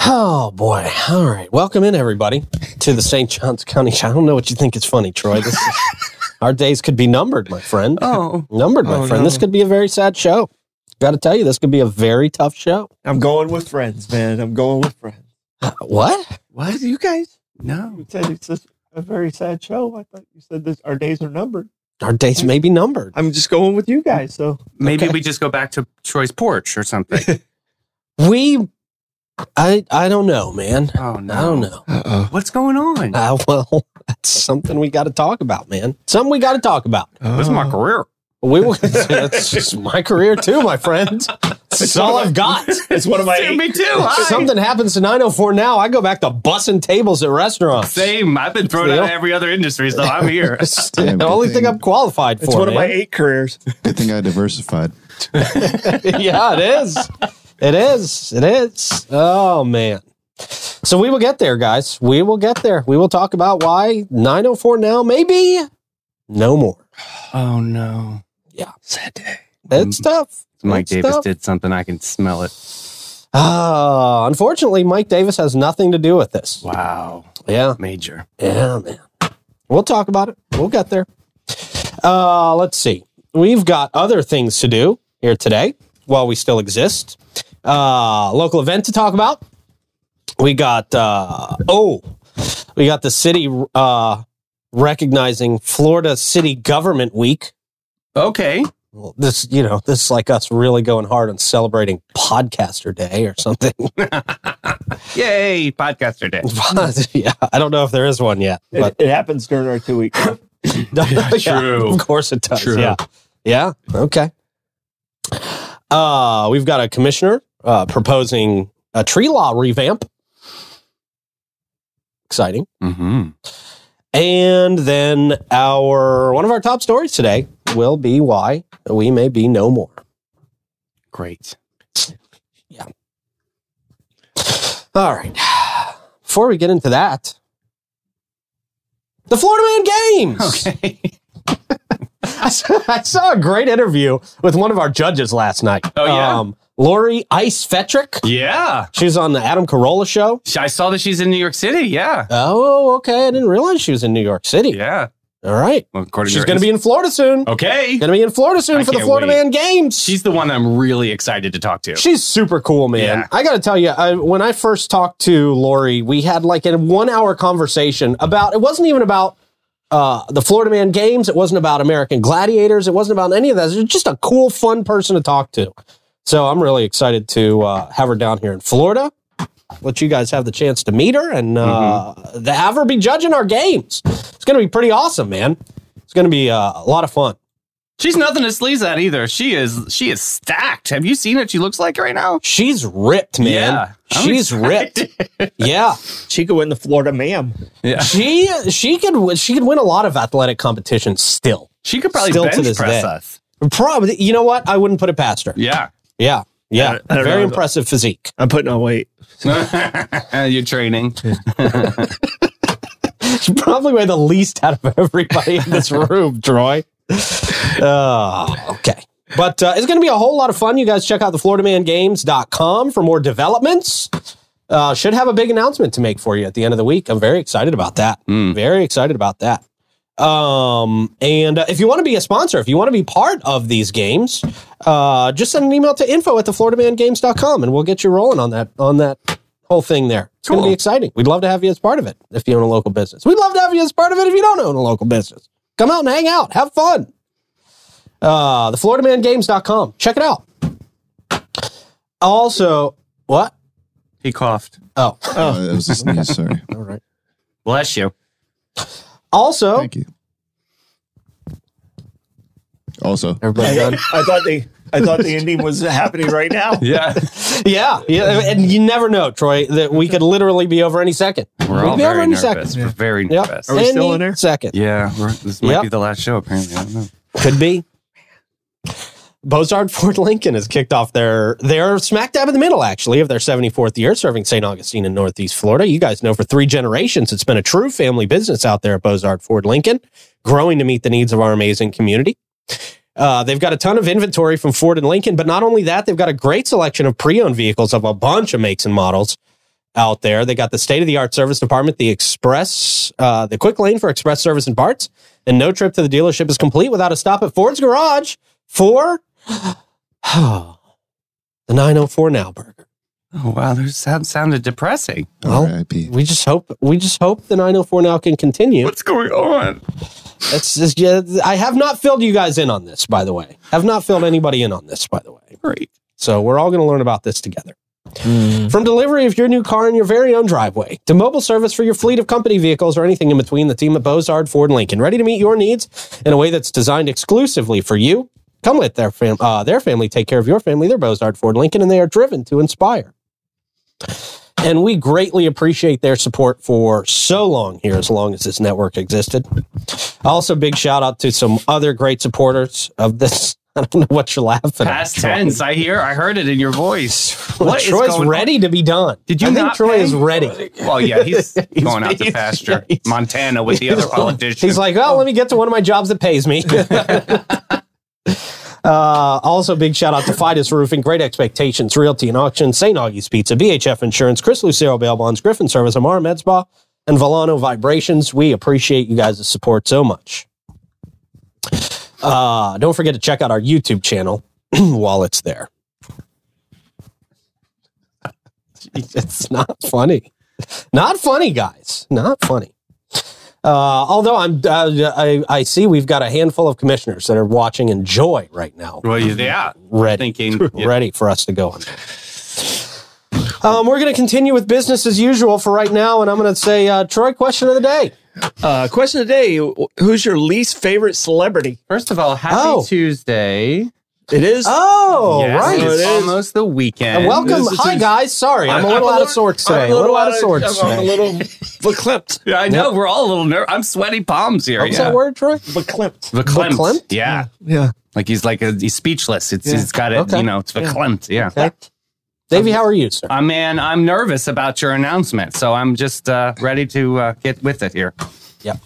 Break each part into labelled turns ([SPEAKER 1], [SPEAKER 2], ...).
[SPEAKER 1] Oh boy! All right, welcome in everybody to the St. Johns County. I don't know what you think is funny, Troy. This is, our days could be numbered, my friend.
[SPEAKER 2] Oh,
[SPEAKER 1] Numbered, my
[SPEAKER 2] Oh,
[SPEAKER 1] friend. This
[SPEAKER 2] no.
[SPEAKER 1] could be a very sad show. Got to tell you, this could be a very tough show.
[SPEAKER 3] I'm going with friends, man. I'm going with friends.
[SPEAKER 1] What?
[SPEAKER 2] what? You guys? No.
[SPEAKER 3] You said it's just a very sad show. I thought you said this. Our days are numbered.
[SPEAKER 1] Our days may be numbered.
[SPEAKER 3] I'm just going with you guys. So
[SPEAKER 4] Maybe
[SPEAKER 1] Okay.
[SPEAKER 4] we just go back to Troy's porch or something.
[SPEAKER 1] We, I, I don't know, man.
[SPEAKER 4] oh no.
[SPEAKER 1] I don't know.
[SPEAKER 3] uh-oh.
[SPEAKER 4] What's going on?
[SPEAKER 1] Uh, well, that's something we got to talk about, man. Something we got to talk about.
[SPEAKER 4] This is
[SPEAKER 3] Oh.
[SPEAKER 4] my career.
[SPEAKER 1] We will. that's just my career too, my friend. That's all I've got.
[SPEAKER 3] It's one of my.
[SPEAKER 4] Dude,
[SPEAKER 3] eight-
[SPEAKER 4] me too. Hi.
[SPEAKER 1] Something happens to 904 now. I go back to bussing tables at restaurants.
[SPEAKER 4] Same. I've been thrown out of every other industry, so I'm here.
[SPEAKER 1] It's
[SPEAKER 5] Damn,
[SPEAKER 1] the
[SPEAKER 5] good
[SPEAKER 1] only
[SPEAKER 5] thing-
[SPEAKER 1] thing I'm qualified for.
[SPEAKER 3] It's one of my
[SPEAKER 1] man.
[SPEAKER 3] eight careers.
[SPEAKER 5] Good thing I diversified.
[SPEAKER 1] yeah, it is. It is. It is. Oh man. So we will get there, guys. We will get there. We will talk about why 904 now, maybe no more.
[SPEAKER 4] Oh no.
[SPEAKER 3] Sad day.
[SPEAKER 1] It's tough.
[SPEAKER 4] Mike
[SPEAKER 1] It's
[SPEAKER 4] Davis
[SPEAKER 1] tough.
[SPEAKER 4] did something. I can smell it.
[SPEAKER 1] Ah, unfortunately, Mike Davis has nothing to do with this.
[SPEAKER 4] Wow.
[SPEAKER 1] Yeah,
[SPEAKER 4] Major.
[SPEAKER 1] yeah, man. We'll talk about it. We'll get there. Uh, let's see. We've got other things to do here today while we still exist. Uh, local event to talk about. We got uh, oh, we got the city uh, recognizing Florida City Government Week.
[SPEAKER 4] Okay.
[SPEAKER 1] Well, this you know this is like us really going hard on celebrating Podcaster Day or something.
[SPEAKER 4] Yay, podcaster day.
[SPEAKER 1] yeah, I don't know if there is one yet,
[SPEAKER 3] It,
[SPEAKER 1] but
[SPEAKER 3] it happens during our two week.
[SPEAKER 1] Yeah,
[SPEAKER 4] true.
[SPEAKER 1] Of course it does.
[SPEAKER 4] True.
[SPEAKER 1] Yeah. Yeah. Okay. Uh, we've got a commissioner uh, proposing a tree law revamp. Exciting.
[SPEAKER 4] Mm-hmm.
[SPEAKER 1] And then our one of our top stories today will be why we may be no more.
[SPEAKER 4] Great.
[SPEAKER 1] All right. Before we get into that, the Florida Man Games.
[SPEAKER 4] Okay.
[SPEAKER 1] I saw, I saw a great interview with one of our judges last night.
[SPEAKER 4] Oh, yeah?
[SPEAKER 1] um, Lori Ice Fetrick.
[SPEAKER 4] yeah.
[SPEAKER 1] She was on the Adam Carolla show.
[SPEAKER 4] I saw that she's in New York City. Yeah.
[SPEAKER 1] Oh, okay. I didn't realize she was in New York City.
[SPEAKER 4] Yeah.
[SPEAKER 1] All right,
[SPEAKER 4] Well, according
[SPEAKER 1] she's going to be in Florida soon.
[SPEAKER 4] Okay.
[SPEAKER 1] Going to be in Florida soon
[SPEAKER 4] Oh. I
[SPEAKER 1] for the
[SPEAKER 4] can't
[SPEAKER 1] Florida
[SPEAKER 4] wait.
[SPEAKER 1] Man Games.
[SPEAKER 4] She's the one I'm really excited to talk to.
[SPEAKER 1] She's super cool, man.
[SPEAKER 4] Yeah.
[SPEAKER 1] I got to tell you, I, when I first talked to Lori, we had like a one hour conversation about it wasn't even about uh, the Florida Man games. It wasn't about American Gladiators. It wasn't about any of that. It was just a cool, fun person to talk to. So I'm really excited to uh, have her down here in Florida. Let you guys have the chance to meet her and uh,
[SPEAKER 4] Mm-hmm.
[SPEAKER 1] to have her be judging our games. It's going to be pretty awesome, man. It's going to be uh, a lot of fun.
[SPEAKER 4] She's nothing to sneeze at either. She is she is stacked. Have you seen what she looks like right now?
[SPEAKER 1] She's ripped, man.
[SPEAKER 4] Yeah, I'm
[SPEAKER 1] She's ripped. Yeah.
[SPEAKER 3] She could win the Florida ma'am.
[SPEAKER 4] Yeah.
[SPEAKER 1] she she could w- she could win a lot of athletic competitions still.
[SPEAKER 4] She could probably
[SPEAKER 1] Still to
[SPEAKER 4] bench
[SPEAKER 1] this
[SPEAKER 4] press
[SPEAKER 1] day.
[SPEAKER 4] us.
[SPEAKER 1] Probably, you know what? I wouldn't put it past her.
[SPEAKER 4] Yeah.
[SPEAKER 1] Yeah, yeah.
[SPEAKER 3] I don't
[SPEAKER 1] Very
[SPEAKER 3] know.
[SPEAKER 1] impressive physique.
[SPEAKER 3] I'm putting on weight.
[SPEAKER 4] You're training.
[SPEAKER 1] She probably weighed the least out of everybody in this room, Troy. Uh, okay. But uh, it's going to be a whole lot of fun. You guys check out the FloridaManGames.com for more developments. Uh, should have a big announcement to make for you at the end of the week. I'm very excited about that.
[SPEAKER 4] Mm.
[SPEAKER 1] Very excited about that. Um, and uh, if you want to be a sponsor, if you want to be part of these games, uh, just send an email to info at the FloridaManGames.com and we'll get you rolling on that on that whole thing there. It's going
[SPEAKER 4] Cool.
[SPEAKER 1] to be exciting. We'd love to have you as part of it if you own a local business. We'd love to have you as part of it if you don't own a local business. Come out and hang out. Have fun. Uh, the FloridaManGames.com. Check it out. Also, what?
[SPEAKER 4] He coughed.
[SPEAKER 1] Oh,
[SPEAKER 5] Oh, that was a sneeze. Sorry.
[SPEAKER 1] all right.
[SPEAKER 4] Bless you.
[SPEAKER 1] Also,
[SPEAKER 5] Thank you. Also,
[SPEAKER 1] everybody done?
[SPEAKER 3] I thought they. I thought the ending was happening right now.
[SPEAKER 4] Yeah.
[SPEAKER 1] Yeah, yeah, and you never know, Troy, that we could literally be over any second.
[SPEAKER 4] We're
[SPEAKER 1] We'd
[SPEAKER 4] all
[SPEAKER 1] be over
[SPEAKER 4] very
[SPEAKER 1] any
[SPEAKER 4] nervous.
[SPEAKER 1] second.
[SPEAKER 4] We're very
[SPEAKER 1] Yep.
[SPEAKER 4] nervous.
[SPEAKER 3] Are we still
[SPEAKER 1] Any
[SPEAKER 3] in there?
[SPEAKER 1] Second.
[SPEAKER 4] Yeah. We're, this might
[SPEAKER 1] Yep.
[SPEAKER 4] be the last show, apparently. I don't know.
[SPEAKER 1] Could be. Bozard Fort Lincoln has kicked off their their smack dab in the middle, actually, of their 74th year serving St. Augustine in Northeast Florida. You guys know for three generations it's been a true family business out there at Bozard Ford Lincoln, growing to meet the needs of our amazing community. Uh, they've got a ton of inventory from Ford and Lincoln, but not only that, they've got a great selection of pre-owned vehicles of a bunch of makes and models. out there. They got the state of the art service department, the express, uh, the quick lane for express service and parts. And no trip to the dealership is complete without a stop at Ford's Garage for the 904 Now Burger.
[SPEAKER 2] Oh wow, that sound, sounded depressing.
[SPEAKER 1] Well,
[SPEAKER 5] R.I.P.
[SPEAKER 1] We just hope we just hope the 904 Now can continue.
[SPEAKER 2] What's going on?
[SPEAKER 1] That's just, yeah, I have not filled you guys in on this, by the way. Have not filled anybody in on this, by the way.
[SPEAKER 2] Great.
[SPEAKER 1] So we're all going to learn about this together. From delivery of your new car in your very own driveway to mobile service for your fleet of company vehicles or anything in between, the team at Bozard Ford Lincoln ready to meet your needs in a way that's designed exclusively for you. Come let their fam- uh, their family take care of your family. They're Bozard Ford Lincoln, and they are driven to inspire. And we greatly appreciate their support for so long here, as long as this network existed. Also, big shout out to some other great supporters of this. I don't know what you're laughing at.
[SPEAKER 2] Past tense. I hear. I heard it in your voice. What is
[SPEAKER 1] Troy's
[SPEAKER 2] going on?
[SPEAKER 1] ready to be done.
[SPEAKER 2] Did you
[SPEAKER 1] I think
[SPEAKER 2] not
[SPEAKER 1] Troy
[SPEAKER 2] pay?
[SPEAKER 1] is ready.
[SPEAKER 2] Well, yeah, he's, going out to
[SPEAKER 1] he's-
[SPEAKER 2] pasture
[SPEAKER 1] yeah, he's-
[SPEAKER 2] Montana with the other politicians.
[SPEAKER 1] He's like, oh, let me get to one of my jobs that pays me. Uh, also, big shout out to Fidus Roofing, Great Expectations, Realty and Auction, St. Augie's Pizza, BHF Insurance, Chris Lucero Bail Bonds, Griffin Service, Amar Med Spa, and Volano Vibrations. We appreciate you guys' support so much. Uh, don't forget to check out our YouTube channel while it's there. It's not funny. Not funny, guys. Not funny. Uh, although I'm, uh, I, I see we've got a handful of commissioners that are watching in joy right now,
[SPEAKER 2] well, yeah,
[SPEAKER 1] ready,
[SPEAKER 2] thinking. yeah.
[SPEAKER 1] ready for us to go. On. Um, we're going to continue with business as usual for right now, and I'm going to say uh, Troy question of the day.
[SPEAKER 3] Uh, question of the day: Who's your least favorite celebrity?
[SPEAKER 2] First of all, happy
[SPEAKER 1] Oh.
[SPEAKER 2] Tuesday.
[SPEAKER 3] It is.
[SPEAKER 1] Oh,
[SPEAKER 2] Yes,
[SPEAKER 1] right.
[SPEAKER 2] It's
[SPEAKER 3] It is.
[SPEAKER 2] almost the weekend.
[SPEAKER 1] And welcome.
[SPEAKER 3] This is
[SPEAKER 1] Hi,
[SPEAKER 3] a-
[SPEAKER 1] guys. Sorry, I'm, a
[SPEAKER 2] I'm-
[SPEAKER 1] little
[SPEAKER 2] I'm a
[SPEAKER 1] out of sorts
[SPEAKER 3] I'm
[SPEAKER 1] today. A little out of sorts
[SPEAKER 3] I'm, I'm a
[SPEAKER 1] today.
[SPEAKER 3] little verklempt.
[SPEAKER 2] Yeah, I know. We're all a little nervous. I'm sweaty palms here.
[SPEAKER 1] What's
[SPEAKER 2] yeah.
[SPEAKER 1] that word, Troy?
[SPEAKER 3] Verklempt.
[SPEAKER 2] Verklempt.
[SPEAKER 1] Verklempt?
[SPEAKER 2] Yeah.
[SPEAKER 3] Yeah.
[SPEAKER 2] Like he's like a, he's speechless. It's
[SPEAKER 3] Yeah.
[SPEAKER 2] he's got it.
[SPEAKER 1] Okay.
[SPEAKER 2] You know, it's verklempt. Yeah.
[SPEAKER 1] Okay. Davey, how are you, sir?
[SPEAKER 2] Uh, man, I'm nervous about your announcement, so I'm just uh, ready to uh, get with it here.
[SPEAKER 1] Yep.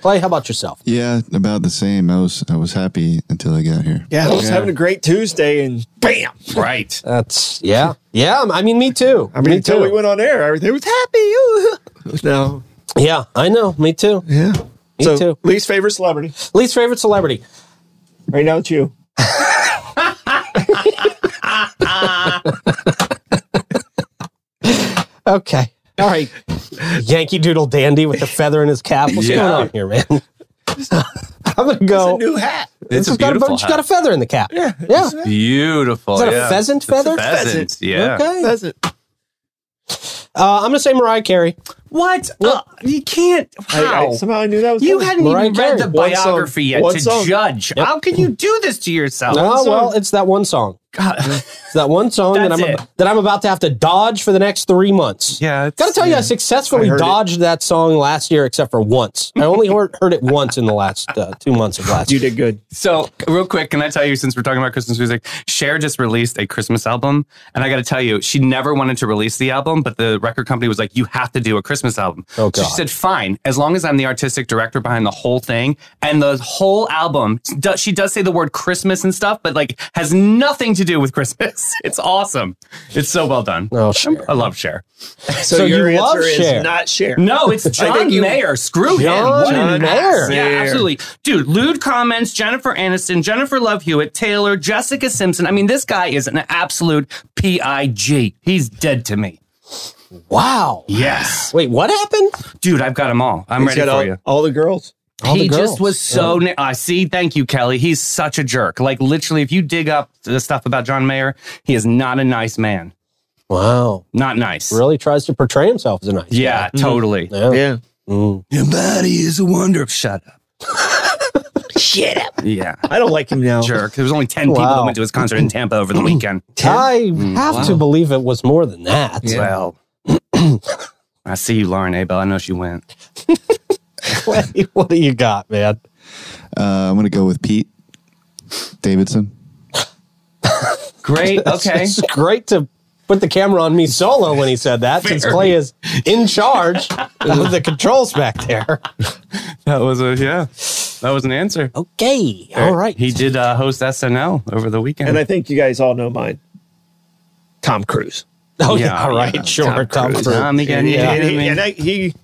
[SPEAKER 1] Clay, how about yourself?
[SPEAKER 5] Yeah, about the same. I was I was happy until I got here.
[SPEAKER 3] Yeah. I was having a great Tuesday, and bam.
[SPEAKER 2] Right.
[SPEAKER 1] That's yeah, yeah. I mean, me too.
[SPEAKER 3] I mean,
[SPEAKER 1] me
[SPEAKER 3] until
[SPEAKER 1] too.
[SPEAKER 3] we went on air, everything was happy. no.
[SPEAKER 1] yeah, I know. Me too.
[SPEAKER 3] Yeah.
[SPEAKER 1] Me
[SPEAKER 3] so,
[SPEAKER 1] too.
[SPEAKER 3] least favorite celebrity.
[SPEAKER 1] Least favorite celebrity.
[SPEAKER 3] Right now, it's you.
[SPEAKER 1] Okay. All right. Yankee Doodle Dandy with the feather in his cap. What's
[SPEAKER 2] Yeah.
[SPEAKER 1] going on here, man? I'm gonna go.
[SPEAKER 3] New hat.
[SPEAKER 2] It's, a
[SPEAKER 1] got a,
[SPEAKER 2] beautiful.
[SPEAKER 1] bunch- got a feather in the cap. Yeah. Yeah.
[SPEAKER 2] hat. beautiful.
[SPEAKER 1] Is that a
[SPEAKER 2] yeah.
[SPEAKER 1] pheasant feather?
[SPEAKER 2] Pheasant. Yeah.
[SPEAKER 1] Okay. Uh,
[SPEAKER 3] That's it.
[SPEAKER 1] I'm gonna say Mariah Carey.
[SPEAKER 2] What? Uh, you can't.
[SPEAKER 3] I, I,
[SPEAKER 2] How?
[SPEAKER 3] somehow I knew that was
[SPEAKER 2] you
[SPEAKER 3] coming.
[SPEAKER 2] hadn't
[SPEAKER 1] Mariah
[SPEAKER 2] even read
[SPEAKER 1] Carey.
[SPEAKER 2] the
[SPEAKER 3] One song.
[SPEAKER 2] biography yet
[SPEAKER 3] One
[SPEAKER 2] to
[SPEAKER 3] song.
[SPEAKER 2] judge. How can you do this to yourself?
[SPEAKER 1] Oh
[SPEAKER 3] song.
[SPEAKER 1] well, it's that one song.
[SPEAKER 2] God.
[SPEAKER 1] It's that one song that
[SPEAKER 2] That's
[SPEAKER 1] I'm
[SPEAKER 2] it.
[SPEAKER 1] ab- that I'm about to have to dodge for the next three months.
[SPEAKER 2] Yeah.
[SPEAKER 1] Got to tell you, I successfully
[SPEAKER 3] I heard it.
[SPEAKER 1] dodged that song last year, except for once. I only heard, heard it once in the last uh, two months of last
[SPEAKER 3] You
[SPEAKER 1] year.
[SPEAKER 3] did good.
[SPEAKER 2] So, real quick, can I tell you, since we're talking about Christmas music, Cher just released a Christmas album. And I got to tell you, she never wanted to release the album, but the record company was like, you have to do a Christmas album.
[SPEAKER 1] Oh,
[SPEAKER 2] So
[SPEAKER 1] God.
[SPEAKER 2] she said, fine, as long as I'm the artistic director behind the whole thing. And the whole album, do- she does say the word Christmas and stuff, but like has nothing to do with Christmas. It's awesome. It's so well done.
[SPEAKER 1] Oh, Cher.
[SPEAKER 2] I love Cher.
[SPEAKER 3] So,
[SPEAKER 1] So
[SPEAKER 3] your
[SPEAKER 1] you love
[SPEAKER 3] answer
[SPEAKER 1] Cher.
[SPEAKER 3] is not share.
[SPEAKER 2] No, it's John
[SPEAKER 3] think you-
[SPEAKER 2] Mayer. Screw him.
[SPEAKER 1] John
[SPEAKER 2] What an
[SPEAKER 1] Mayer.
[SPEAKER 2] ass. Yeah, absolutely. Dude, lewd comments, Jennifer Aniston, Jennifer Love Hewitt, Taylor, Jessica Simpson. I mean, this guy is an absolute PIG. He's dead to me.
[SPEAKER 1] Wow.
[SPEAKER 2] Yes.
[SPEAKER 1] Wait, what happened?
[SPEAKER 2] Dude, I've got them all. I'm
[SPEAKER 3] He's
[SPEAKER 2] ready
[SPEAKER 3] got
[SPEAKER 2] for
[SPEAKER 3] all,
[SPEAKER 2] you.
[SPEAKER 3] all the girls.
[SPEAKER 1] All the
[SPEAKER 2] he
[SPEAKER 1] girls.
[SPEAKER 2] just was so. Na- I see. Thank you, Kelly. He's such a jerk. Like, literally, if you dig up the stuff about John Mayer, he is not a nice man.
[SPEAKER 1] Wow.
[SPEAKER 2] Not nice.
[SPEAKER 1] Really tries to portray himself as a nice
[SPEAKER 2] Yeah, totally.
[SPEAKER 1] guy. Yeah.
[SPEAKER 3] Yeah.
[SPEAKER 1] Mm.
[SPEAKER 2] Your body is a wonder. Shut up.
[SPEAKER 3] Shut up.
[SPEAKER 2] Yeah.
[SPEAKER 3] I don't like him now.
[SPEAKER 2] jerk. There was only 10 people
[SPEAKER 1] Wow.
[SPEAKER 2] that went to his concert in Tampa over the weekend.
[SPEAKER 1] I
[SPEAKER 2] Mm.
[SPEAKER 1] have to believe it was more than that.
[SPEAKER 2] Well, I see you, Lauren Abel. I know she went.
[SPEAKER 1] Wait, what do you got, man?
[SPEAKER 5] Uh, I'm gonna go with Pete Davidson.
[SPEAKER 2] Great. Okay.
[SPEAKER 1] It's great to put the camera on me solo when he said that, since Clay is in charge of the controls back there.
[SPEAKER 2] that was a, yeah, that was an answer.
[SPEAKER 1] Okay. All right.
[SPEAKER 2] He did uh, host SNL over the weekend.
[SPEAKER 3] And I think you guys all know mine. Tom Cruise.
[SPEAKER 1] Oh
[SPEAKER 4] Yeah,
[SPEAKER 1] yeah, all right,
[SPEAKER 4] yeah.
[SPEAKER 1] sure. Tom Cruise.
[SPEAKER 4] Tom again.
[SPEAKER 1] Yeah.
[SPEAKER 4] you
[SPEAKER 3] And,
[SPEAKER 4] know
[SPEAKER 3] he,
[SPEAKER 4] what I
[SPEAKER 3] and
[SPEAKER 4] mean?
[SPEAKER 3] I- he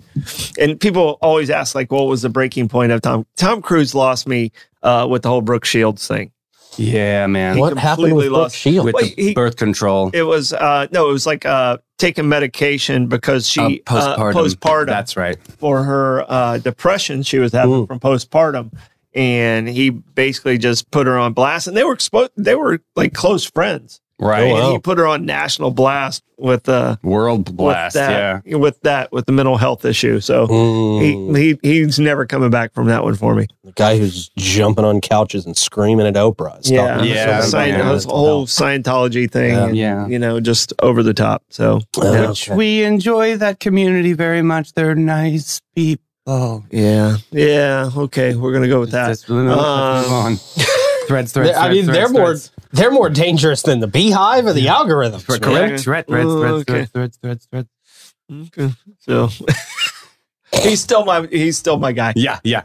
[SPEAKER 3] and people always ask like, what was the breaking point of Tom? Tom Cruise lost me uh, with the whole Brooke Shields thing.
[SPEAKER 4] Yeah, man.
[SPEAKER 1] What happened
[SPEAKER 3] completely
[SPEAKER 1] with Brooke
[SPEAKER 3] lost-
[SPEAKER 1] Shields?
[SPEAKER 4] With
[SPEAKER 3] Wait,
[SPEAKER 4] the
[SPEAKER 3] he-
[SPEAKER 4] birth control.
[SPEAKER 3] It was uh, no, it was like uh, taking medication because
[SPEAKER 4] uh,
[SPEAKER 3] she uh,
[SPEAKER 4] postpartum.
[SPEAKER 3] postpartum
[SPEAKER 4] That's right.
[SPEAKER 3] for her uh, depression she was having
[SPEAKER 1] Ooh.
[SPEAKER 3] from postpartum, and he basically just put her on blast. And they were exposed. They were like close friends.
[SPEAKER 4] Right.
[SPEAKER 1] Oh, wow.
[SPEAKER 3] And he put her on national blast with uh,
[SPEAKER 4] World blast.
[SPEAKER 3] with
[SPEAKER 4] Yeah.
[SPEAKER 3] that, with that, with the mental health issue. So
[SPEAKER 1] Mm,
[SPEAKER 3] he, he he's never coming back from that one for me.
[SPEAKER 1] the guy who's jumping on couches and screaming at Oprah. is talking to
[SPEAKER 4] Yeah,
[SPEAKER 3] So
[SPEAKER 1] somebody
[SPEAKER 3] Scient-
[SPEAKER 4] yeah.
[SPEAKER 1] about
[SPEAKER 3] this whole Scientology thing,
[SPEAKER 1] Yeah.
[SPEAKER 3] and,
[SPEAKER 4] Yeah.
[SPEAKER 3] you know, just over the top. So
[SPEAKER 1] mental health.
[SPEAKER 3] yeah.
[SPEAKER 1] Oh, okay.
[SPEAKER 4] We enjoy that community very much. They're nice people.
[SPEAKER 3] yeah, yeah, okay, we're gonna go with that.
[SPEAKER 4] Just- let's move on. Threads, threads,
[SPEAKER 1] They're- I
[SPEAKER 4] threads,
[SPEAKER 1] mean,
[SPEAKER 4] threads,
[SPEAKER 1] they're more
[SPEAKER 4] threads.
[SPEAKER 1] they're more dangerous than the beehive or the algorithms.
[SPEAKER 4] Correct.
[SPEAKER 1] man.
[SPEAKER 4] Correct. Thread, threads,
[SPEAKER 3] Ooh,
[SPEAKER 4] threads,
[SPEAKER 3] okay.
[SPEAKER 4] threads, threads, threads, threads.
[SPEAKER 3] Okay. So he's still my he's still my guy.
[SPEAKER 4] Yeah, yeah.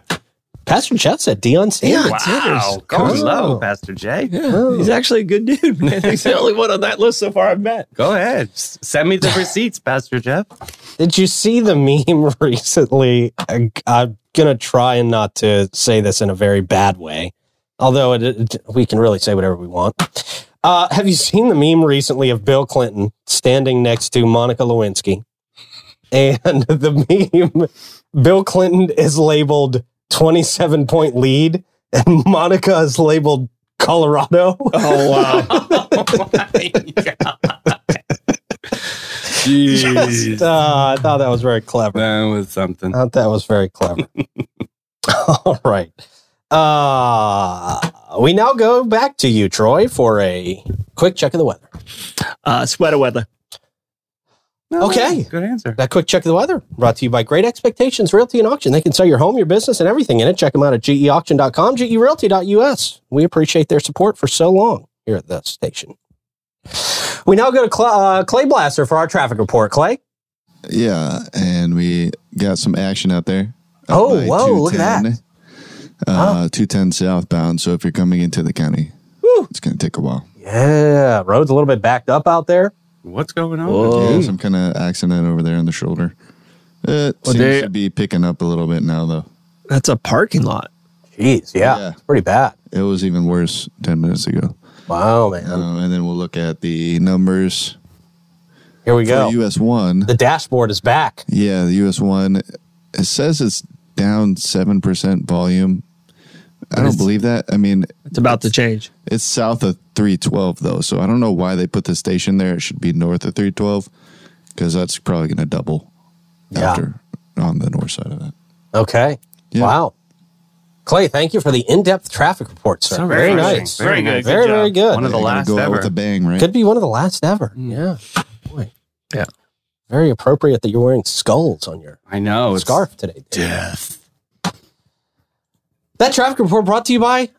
[SPEAKER 1] Pastor Chet said Deion Sanders.
[SPEAKER 4] Wow. Go
[SPEAKER 1] Cool.
[SPEAKER 4] low, Pastor Jay.
[SPEAKER 1] Oh.
[SPEAKER 3] He's actually a good dude, man. He's the only one on that list so far I've met.
[SPEAKER 4] Go ahead. S- Send me the receipts, Pastor Jeff.
[SPEAKER 1] Did you see the meme recently? I, am gonna try and not to say this in a very bad way, although it, it- we can really say whatever we want. Uh, have you seen the meme recently of Bill Clinton standing next to Monica Lewinsky? And the meme, Bill Clinton is labeled 27 point lead, and Monica is labeled Colorado.
[SPEAKER 3] Oh wow.
[SPEAKER 1] Just, uh, I thought that was very clever.
[SPEAKER 4] That was something.
[SPEAKER 1] Thought that was very clever. All right. Uh, we now go back to you, Troy, for a quick check of the weather.
[SPEAKER 3] uh sweater weather.
[SPEAKER 1] Okay.
[SPEAKER 4] Good answer.
[SPEAKER 1] That quick check of the weather brought to you by Great Expectations Realty and Auction. They can sell your home, your business, and everything in it. Check them out at geauction.com, gerealty.us. We appreciate their support for so long here at the station. We now go to Cl- uh, Clay Blaster for our traffic report. Clay?
[SPEAKER 5] Yeah, and we got some action out there. Out
[SPEAKER 1] Oh,
[SPEAKER 5] by
[SPEAKER 1] whoa, look at that.
[SPEAKER 5] 210, Uh, 210 southbound. So if you're coming into the county, it's going to take a while.
[SPEAKER 1] Yeah, road's a little bit backed up out there.
[SPEAKER 4] What's going on?
[SPEAKER 1] Oh.
[SPEAKER 5] Yeah, some kind of accident over there in the shoulder. It seems
[SPEAKER 3] they-
[SPEAKER 5] to be picking up a little bit now, though.
[SPEAKER 3] That's a parking lot.
[SPEAKER 1] Jeez, yeah.
[SPEAKER 5] Yeah.
[SPEAKER 1] pretty bad.
[SPEAKER 5] It was even worse 10 minutes ago.
[SPEAKER 1] Wow, man.
[SPEAKER 5] Um, and then we'll look at the numbers
[SPEAKER 1] Here we go.
[SPEAKER 5] for US 1.
[SPEAKER 1] The dashboard is back.
[SPEAKER 5] Yeah, the US one. It says it's down seven percent volume. I don't believe that. I mean,
[SPEAKER 3] It's about to change.
[SPEAKER 5] it's south of three twelve though, so I don't know why they put the station there. It should be north of three twelve because that's probably going to double
[SPEAKER 1] Yeah.
[SPEAKER 5] after on the north side of that.
[SPEAKER 1] Okay.
[SPEAKER 5] Yeah.
[SPEAKER 1] Wow. Clay, thank you for the in-depth traffic report, sir.
[SPEAKER 4] So
[SPEAKER 1] very
[SPEAKER 4] refreshing.
[SPEAKER 1] nice.
[SPEAKER 4] Very good.
[SPEAKER 1] Very,
[SPEAKER 3] Good
[SPEAKER 1] very
[SPEAKER 3] job.
[SPEAKER 1] good.
[SPEAKER 4] One of the
[SPEAKER 5] They're gonna
[SPEAKER 4] last
[SPEAKER 5] go out
[SPEAKER 4] ever.
[SPEAKER 5] with a bang, right?
[SPEAKER 1] Could be one of the last ever. Yeah. Boy.
[SPEAKER 3] Yeah.
[SPEAKER 1] Very appropriate that you're wearing skulls on your
[SPEAKER 4] I know. it's-
[SPEAKER 1] scarf today. That traffic report brought to you by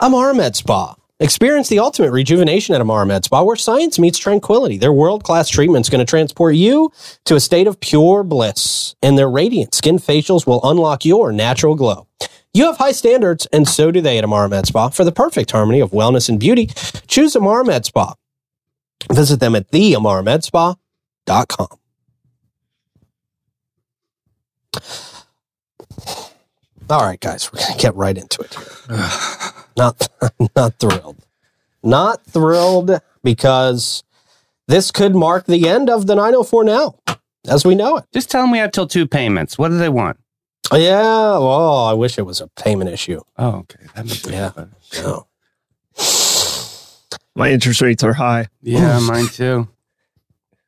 [SPEAKER 1] Amar Med Spa. Experience the ultimate rejuvenation at Amar Med Spa, where science meets tranquility. Their world class treatment is going to transport you to a state of pure bliss, and their radiant skin facials will unlock your natural glow. You have high standards, and so do they at Amar Med Spa. For the perfect harmony of wellness and beauty, choose Amar Med Spa. Visit them at theamarmedspa.com. All right, guys, we're gonna get right into it. not, not thrilled. Not thrilled because this could mark the end of the 904 now, as we know it.
[SPEAKER 4] Just tell them we have till two payments. What do they want?
[SPEAKER 1] Yeah. Well, I wish it was a payment issue.
[SPEAKER 4] Oh, okay. That makes sense.
[SPEAKER 1] Yeah. No.
[SPEAKER 3] My interest rates are high.
[SPEAKER 4] Yeah, mine too.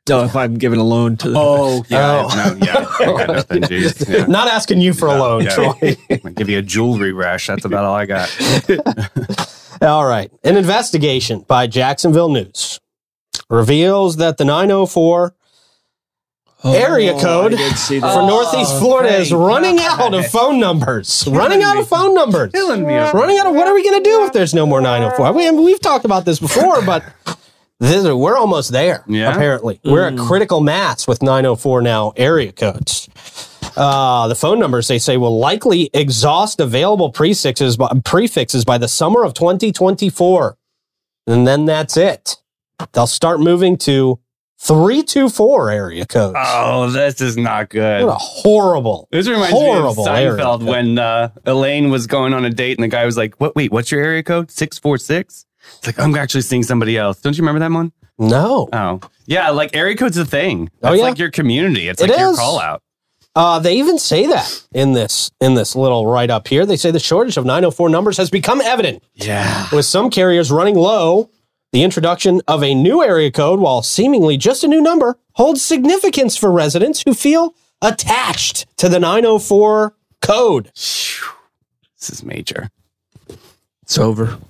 [SPEAKER 3] No, if I'm giving a loan to the
[SPEAKER 4] Oh,
[SPEAKER 1] yeah,
[SPEAKER 4] No, yeah. I got nothing, geez. Yeah.
[SPEAKER 1] Not asking you for a loan,
[SPEAKER 4] Yeah.
[SPEAKER 1] Troy.
[SPEAKER 4] I'll give you a jewelry rash. That's about all I got.
[SPEAKER 1] All right. An investigation by Jacksonville News reveals that the 904 area code
[SPEAKER 3] Oh, I did see that.
[SPEAKER 1] for
[SPEAKER 3] Oh,
[SPEAKER 1] Northeast Florida is running out of phone numbers. Running out of phone numbers.
[SPEAKER 4] Killing me.
[SPEAKER 1] Running out of what are we going to do if there's no more 904? We, I mean, we've talked about this before, but this, we're almost there,
[SPEAKER 4] Yeah?
[SPEAKER 1] apparently. We're at critical mass with 904 now area codes. Uh, the phone numbers they say will likely exhaust available prefixes by, prefixes by the summer of 2024. And then that's it. They'll start moving to 324 area codes.
[SPEAKER 4] Oh, this is not
[SPEAKER 1] what
[SPEAKER 4] good.
[SPEAKER 1] a horrible.
[SPEAKER 4] This reminds
[SPEAKER 1] horrible
[SPEAKER 4] me
[SPEAKER 1] area
[SPEAKER 4] of Seinfeld
[SPEAKER 1] code.
[SPEAKER 4] when uh, Elaine was going on a date and the guy was like, "What? Wait, what's your area code? Six four six? It's like I'm actually seeing somebody else. Don't you remember that one?
[SPEAKER 1] No.
[SPEAKER 4] Oh, yeah. Like area code's a thing.
[SPEAKER 1] Oh,
[SPEAKER 4] It's
[SPEAKER 1] yeah?
[SPEAKER 4] like your community. It's
[SPEAKER 1] It
[SPEAKER 4] like your
[SPEAKER 1] is.
[SPEAKER 4] call out.
[SPEAKER 1] Uh, they even say that in this in this little write up here. They say the shortage of 904 numbers has become evident,
[SPEAKER 4] Yeah.
[SPEAKER 1] with some carriers running low. The introduction of a new area code, while seemingly just a new number, holds significance for residents who feel attached to the 904 code.
[SPEAKER 4] This is major.
[SPEAKER 2] It's over.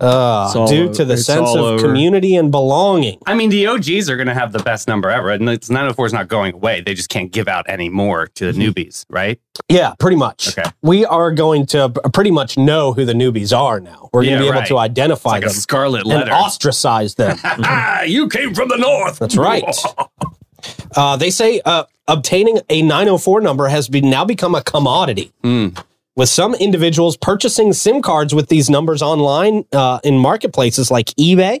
[SPEAKER 1] Uh,
[SPEAKER 3] all
[SPEAKER 1] due
[SPEAKER 3] o-
[SPEAKER 1] to the
[SPEAKER 3] it's
[SPEAKER 1] sense
[SPEAKER 3] all
[SPEAKER 1] of
[SPEAKER 3] over.
[SPEAKER 1] community and belonging.
[SPEAKER 4] I mean, the OGs are going to have the best number ever, and it's 904 is not going away. They just can't give out any more to
[SPEAKER 1] Mm-hmm.
[SPEAKER 4] the newbies, right?
[SPEAKER 1] Yeah, pretty much.
[SPEAKER 4] Okay.
[SPEAKER 1] We are going to b- pretty much know who the newbies are now. We're going
[SPEAKER 4] Yeah,
[SPEAKER 1] to be able
[SPEAKER 4] right.
[SPEAKER 1] to identify
[SPEAKER 4] Like a
[SPEAKER 1] them
[SPEAKER 4] scarlet
[SPEAKER 1] and
[SPEAKER 4] letter.
[SPEAKER 1] ostracize them.
[SPEAKER 4] Ah, you came from the north.
[SPEAKER 1] That's right. uh, they say uh, obtaining a 904 number has been now become a commodity.
[SPEAKER 4] Hmm.
[SPEAKER 1] With some individuals purchasing SIM cards with these numbers online uh, in marketplaces like eBay,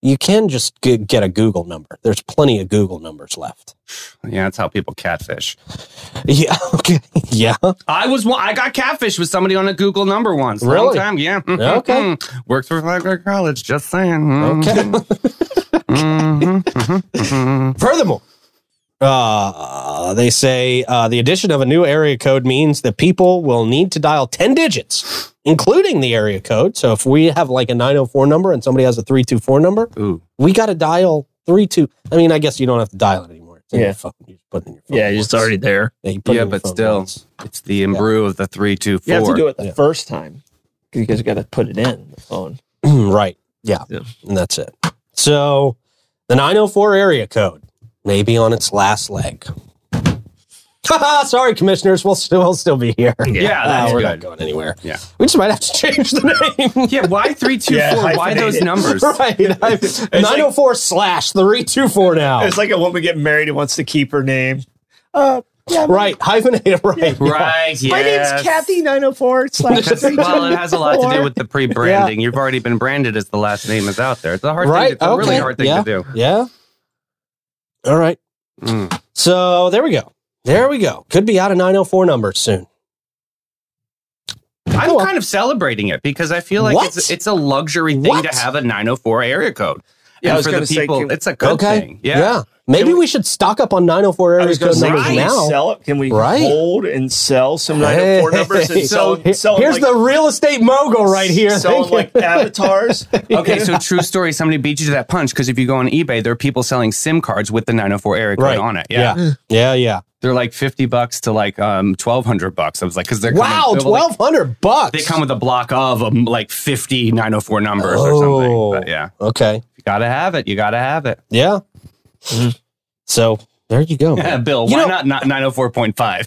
[SPEAKER 1] you can just g- get a Google number. There's plenty of Google numbers left.
[SPEAKER 4] Yeah, that's how people catfish.
[SPEAKER 1] Yeah. Okay. Yeah.
[SPEAKER 4] I was one. I got catfish with somebody on a Google number once. Long
[SPEAKER 1] Really?
[SPEAKER 4] time, yeah. Mm-hmm,
[SPEAKER 1] Okay.
[SPEAKER 4] Worked for Flagler College. Just saying. Mm-hmm, Okay.
[SPEAKER 1] Okay.
[SPEAKER 4] mm-hmm.
[SPEAKER 1] Furthermore, uh, they say uh, the addition of a new area code means that people will need to dial 10 digits, including the area code. So if we have like a 904 number and somebody has a 324 number,
[SPEAKER 4] Ooh.
[SPEAKER 1] we got to dial 32. I mean, I guess you don't have to dial it anymore. It's in
[SPEAKER 3] Yeah.
[SPEAKER 1] your phone. You just put it in your phone.
[SPEAKER 2] Yeah, it's
[SPEAKER 1] once.
[SPEAKER 2] already there.
[SPEAKER 1] Yeah, you put it
[SPEAKER 4] Yeah,
[SPEAKER 1] in your
[SPEAKER 4] but
[SPEAKER 1] phone
[SPEAKER 4] still.
[SPEAKER 1] once.
[SPEAKER 4] It's the imbrew of the three two
[SPEAKER 2] You have to
[SPEAKER 4] four.
[SPEAKER 2] do it the
[SPEAKER 1] Yeah.
[SPEAKER 2] first time. 'Cause You guys got to put it in the phone.
[SPEAKER 1] right. Yeah.
[SPEAKER 2] Yeah.
[SPEAKER 1] And that's it. So the 904 area code may be on its last leg. Haha, Sorry, commissioners. We'll still, we'll still be here.
[SPEAKER 4] Yeah, that's
[SPEAKER 1] Ah, we're
[SPEAKER 4] good.
[SPEAKER 1] not going anywhere.
[SPEAKER 4] Yeah.
[SPEAKER 1] We just might have to change the name.
[SPEAKER 4] Yeah, why three two
[SPEAKER 3] Yeah,
[SPEAKER 4] four? Why
[SPEAKER 3] hyphenate
[SPEAKER 4] those
[SPEAKER 3] it.
[SPEAKER 4] numbers?
[SPEAKER 1] right. I've- 904 slash 324 now.
[SPEAKER 3] It's like a woman getting married who wants to keep her name. Uh, yeah,
[SPEAKER 1] Right. Hyphenated. Right.
[SPEAKER 4] Right.
[SPEAKER 3] My
[SPEAKER 4] yes.
[SPEAKER 3] name's Kathy 904 slash
[SPEAKER 4] Because- well, it has a lot to do
[SPEAKER 3] 324.
[SPEAKER 4] with the pre-branding. You've already been branded as the last name is out there. It's a hard
[SPEAKER 1] Right,
[SPEAKER 4] thing. It's a really
[SPEAKER 1] okay,
[SPEAKER 4] hard thing to do.
[SPEAKER 1] Yeah. All right.
[SPEAKER 4] Mm.
[SPEAKER 1] So there we go. There we go. Could be out of 904 numbers soon.
[SPEAKER 4] I'm
[SPEAKER 1] Cool.
[SPEAKER 4] kind of celebrating it because I feel like
[SPEAKER 1] What?
[SPEAKER 4] it's it's a luxury thing
[SPEAKER 1] What?
[SPEAKER 4] to have a 904 area code.
[SPEAKER 3] Yeah, I
[SPEAKER 4] and
[SPEAKER 3] was
[SPEAKER 4] for the
[SPEAKER 3] gonna say,
[SPEAKER 4] people,
[SPEAKER 3] can-
[SPEAKER 4] it's a good
[SPEAKER 1] okay.
[SPEAKER 4] thing. Yeah.
[SPEAKER 1] Maybe
[SPEAKER 3] Can
[SPEAKER 1] we,
[SPEAKER 3] we-
[SPEAKER 1] should stock up on 904
[SPEAKER 3] I
[SPEAKER 1] area
[SPEAKER 3] was going
[SPEAKER 1] code
[SPEAKER 3] to say,
[SPEAKER 1] numbers
[SPEAKER 3] can we
[SPEAKER 1] now.
[SPEAKER 3] sell it? Can we
[SPEAKER 1] Right.
[SPEAKER 3] hold and sell some 904 numbers
[SPEAKER 1] Hey.
[SPEAKER 3] and sell,
[SPEAKER 1] Here-
[SPEAKER 3] sell 'em
[SPEAKER 1] here's
[SPEAKER 3] like,
[SPEAKER 1] the real estate mogul right here.
[SPEAKER 3] Sell 'em
[SPEAKER 1] Thank you.
[SPEAKER 3] like avatars.
[SPEAKER 4] Okay, so true story. Somebody beat you to that punch because if you go on eBay, there are people selling SIM cards with the 904 area code
[SPEAKER 1] Right.
[SPEAKER 4] on it. Yeah.
[SPEAKER 1] yeah. yeah, yeah,
[SPEAKER 4] they're like 50 bucks to like um 1200 bucks. I was like, because they're
[SPEAKER 1] Wow,
[SPEAKER 4] coming, they're like-
[SPEAKER 1] twelve hundred bucks.
[SPEAKER 4] They come with a block of um, like 50 904 numbers
[SPEAKER 1] Oh.
[SPEAKER 4] or something. But yeah,
[SPEAKER 1] okay,
[SPEAKER 4] you gotta have it. You gotta have it.
[SPEAKER 1] yeah. Mm-hmm. So there you go. man.
[SPEAKER 4] Bill,
[SPEAKER 1] You
[SPEAKER 4] why
[SPEAKER 1] know-
[SPEAKER 4] not not 904.5?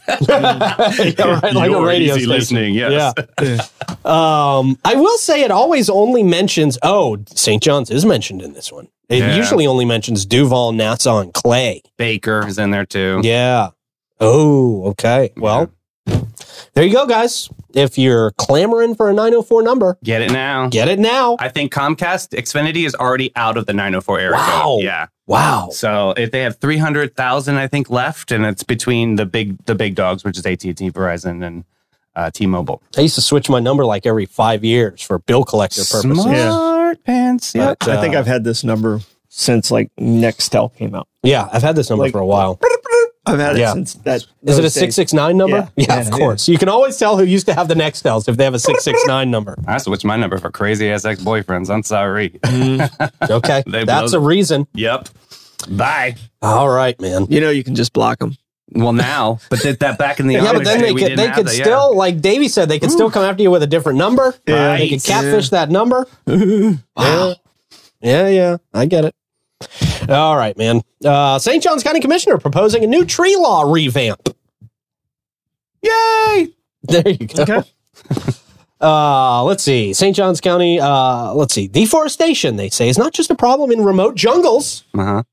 [SPEAKER 1] Yeah, right, like a
[SPEAKER 4] You're
[SPEAKER 1] radio
[SPEAKER 4] easy
[SPEAKER 1] station.
[SPEAKER 4] listening, yes.
[SPEAKER 1] Yeah. um, I will say it always only mentions. Oh, St. John's is mentioned in this one. It
[SPEAKER 4] Yeah.
[SPEAKER 1] usually only mentions Duval, Nassau, and Clay.
[SPEAKER 4] Baker is in there
[SPEAKER 1] Mm.
[SPEAKER 4] too.
[SPEAKER 1] Yeah. Oh, okay. Well, there you go, guys. If you're clamoring for a 904 number,
[SPEAKER 4] Get it now.
[SPEAKER 1] get it now.
[SPEAKER 4] I think Comcast Xfinity is already out of the 904 area
[SPEAKER 1] Wow.
[SPEAKER 4] code. Yeah.
[SPEAKER 1] Wow.
[SPEAKER 4] So if they have 300,000 I think left and it's between the big the big dogs which is AT&T, Verizon and uh, T-Mobile.
[SPEAKER 1] I used to switch my number like every five years for bill collector purposes.
[SPEAKER 4] Smart
[SPEAKER 3] Oh,
[SPEAKER 4] pants. Yeah.
[SPEAKER 1] But,
[SPEAKER 3] I think
[SPEAKER 1] uh,
[SPEAKER 3] I've had this number since like Nextel came out.
[SPEAKER 1] yeah, I've had this number
[SPEAKER 3] Like-
[SPEAKER 1] for a while.
[SPEAKER 3] I've had
[SPEAKER 1] Yeah.
[SPEAKER 3] it since that.
[SPEAKER 1] Is it a
[SPEAKER 3] those days.
[SPEAKER 1] six six nine number? Yeah,
[SPEAKER 3] Yeah. Yeah,
[SPEAKER 1] of
[SPEAKER 3] yeah.
[SPEAKER 1] course. You can always tell who used to have the Nextels if they have a six six nine number.
[SPEAKER 4] I switched my number for crazy ass ex boyfriends. I'm sorry.
[SPEAKER 1] Okay,
[SPEAKER 4] They
[SPEAKER 1] that's
[SPEAKER 4] blow-
[SPEAKER 1] a reason.
[SPEAKER 4] yep. Bye.
[SPEAKER 1] All right, man.
[SPEAKER 2] You know, you can just block them.
[SPEAKER 4] Well, now, but did that back in the
[SPEAKER 1] Yeah, but then they could they could still like Davey said they could still come after you with a different number.
[SPEAKER 3] Yeah.
[SPEAKER 1] They could catfish that number. Yeah. Yeah, yeah. I get it. All right, man. Uh, St. John's County Commissioner proposing a new tree law revamp.
[SPEAKER 4] Yay!
[SPEAKER 1] There you go.
[SPEAKER 3] Okay.
[SPEAKER 1] Uh, let's see. St. John's County, uh, let's see. Deforestation, they say, is not just a problem in remote jungles.
[SPEAKER 4] Uh huh.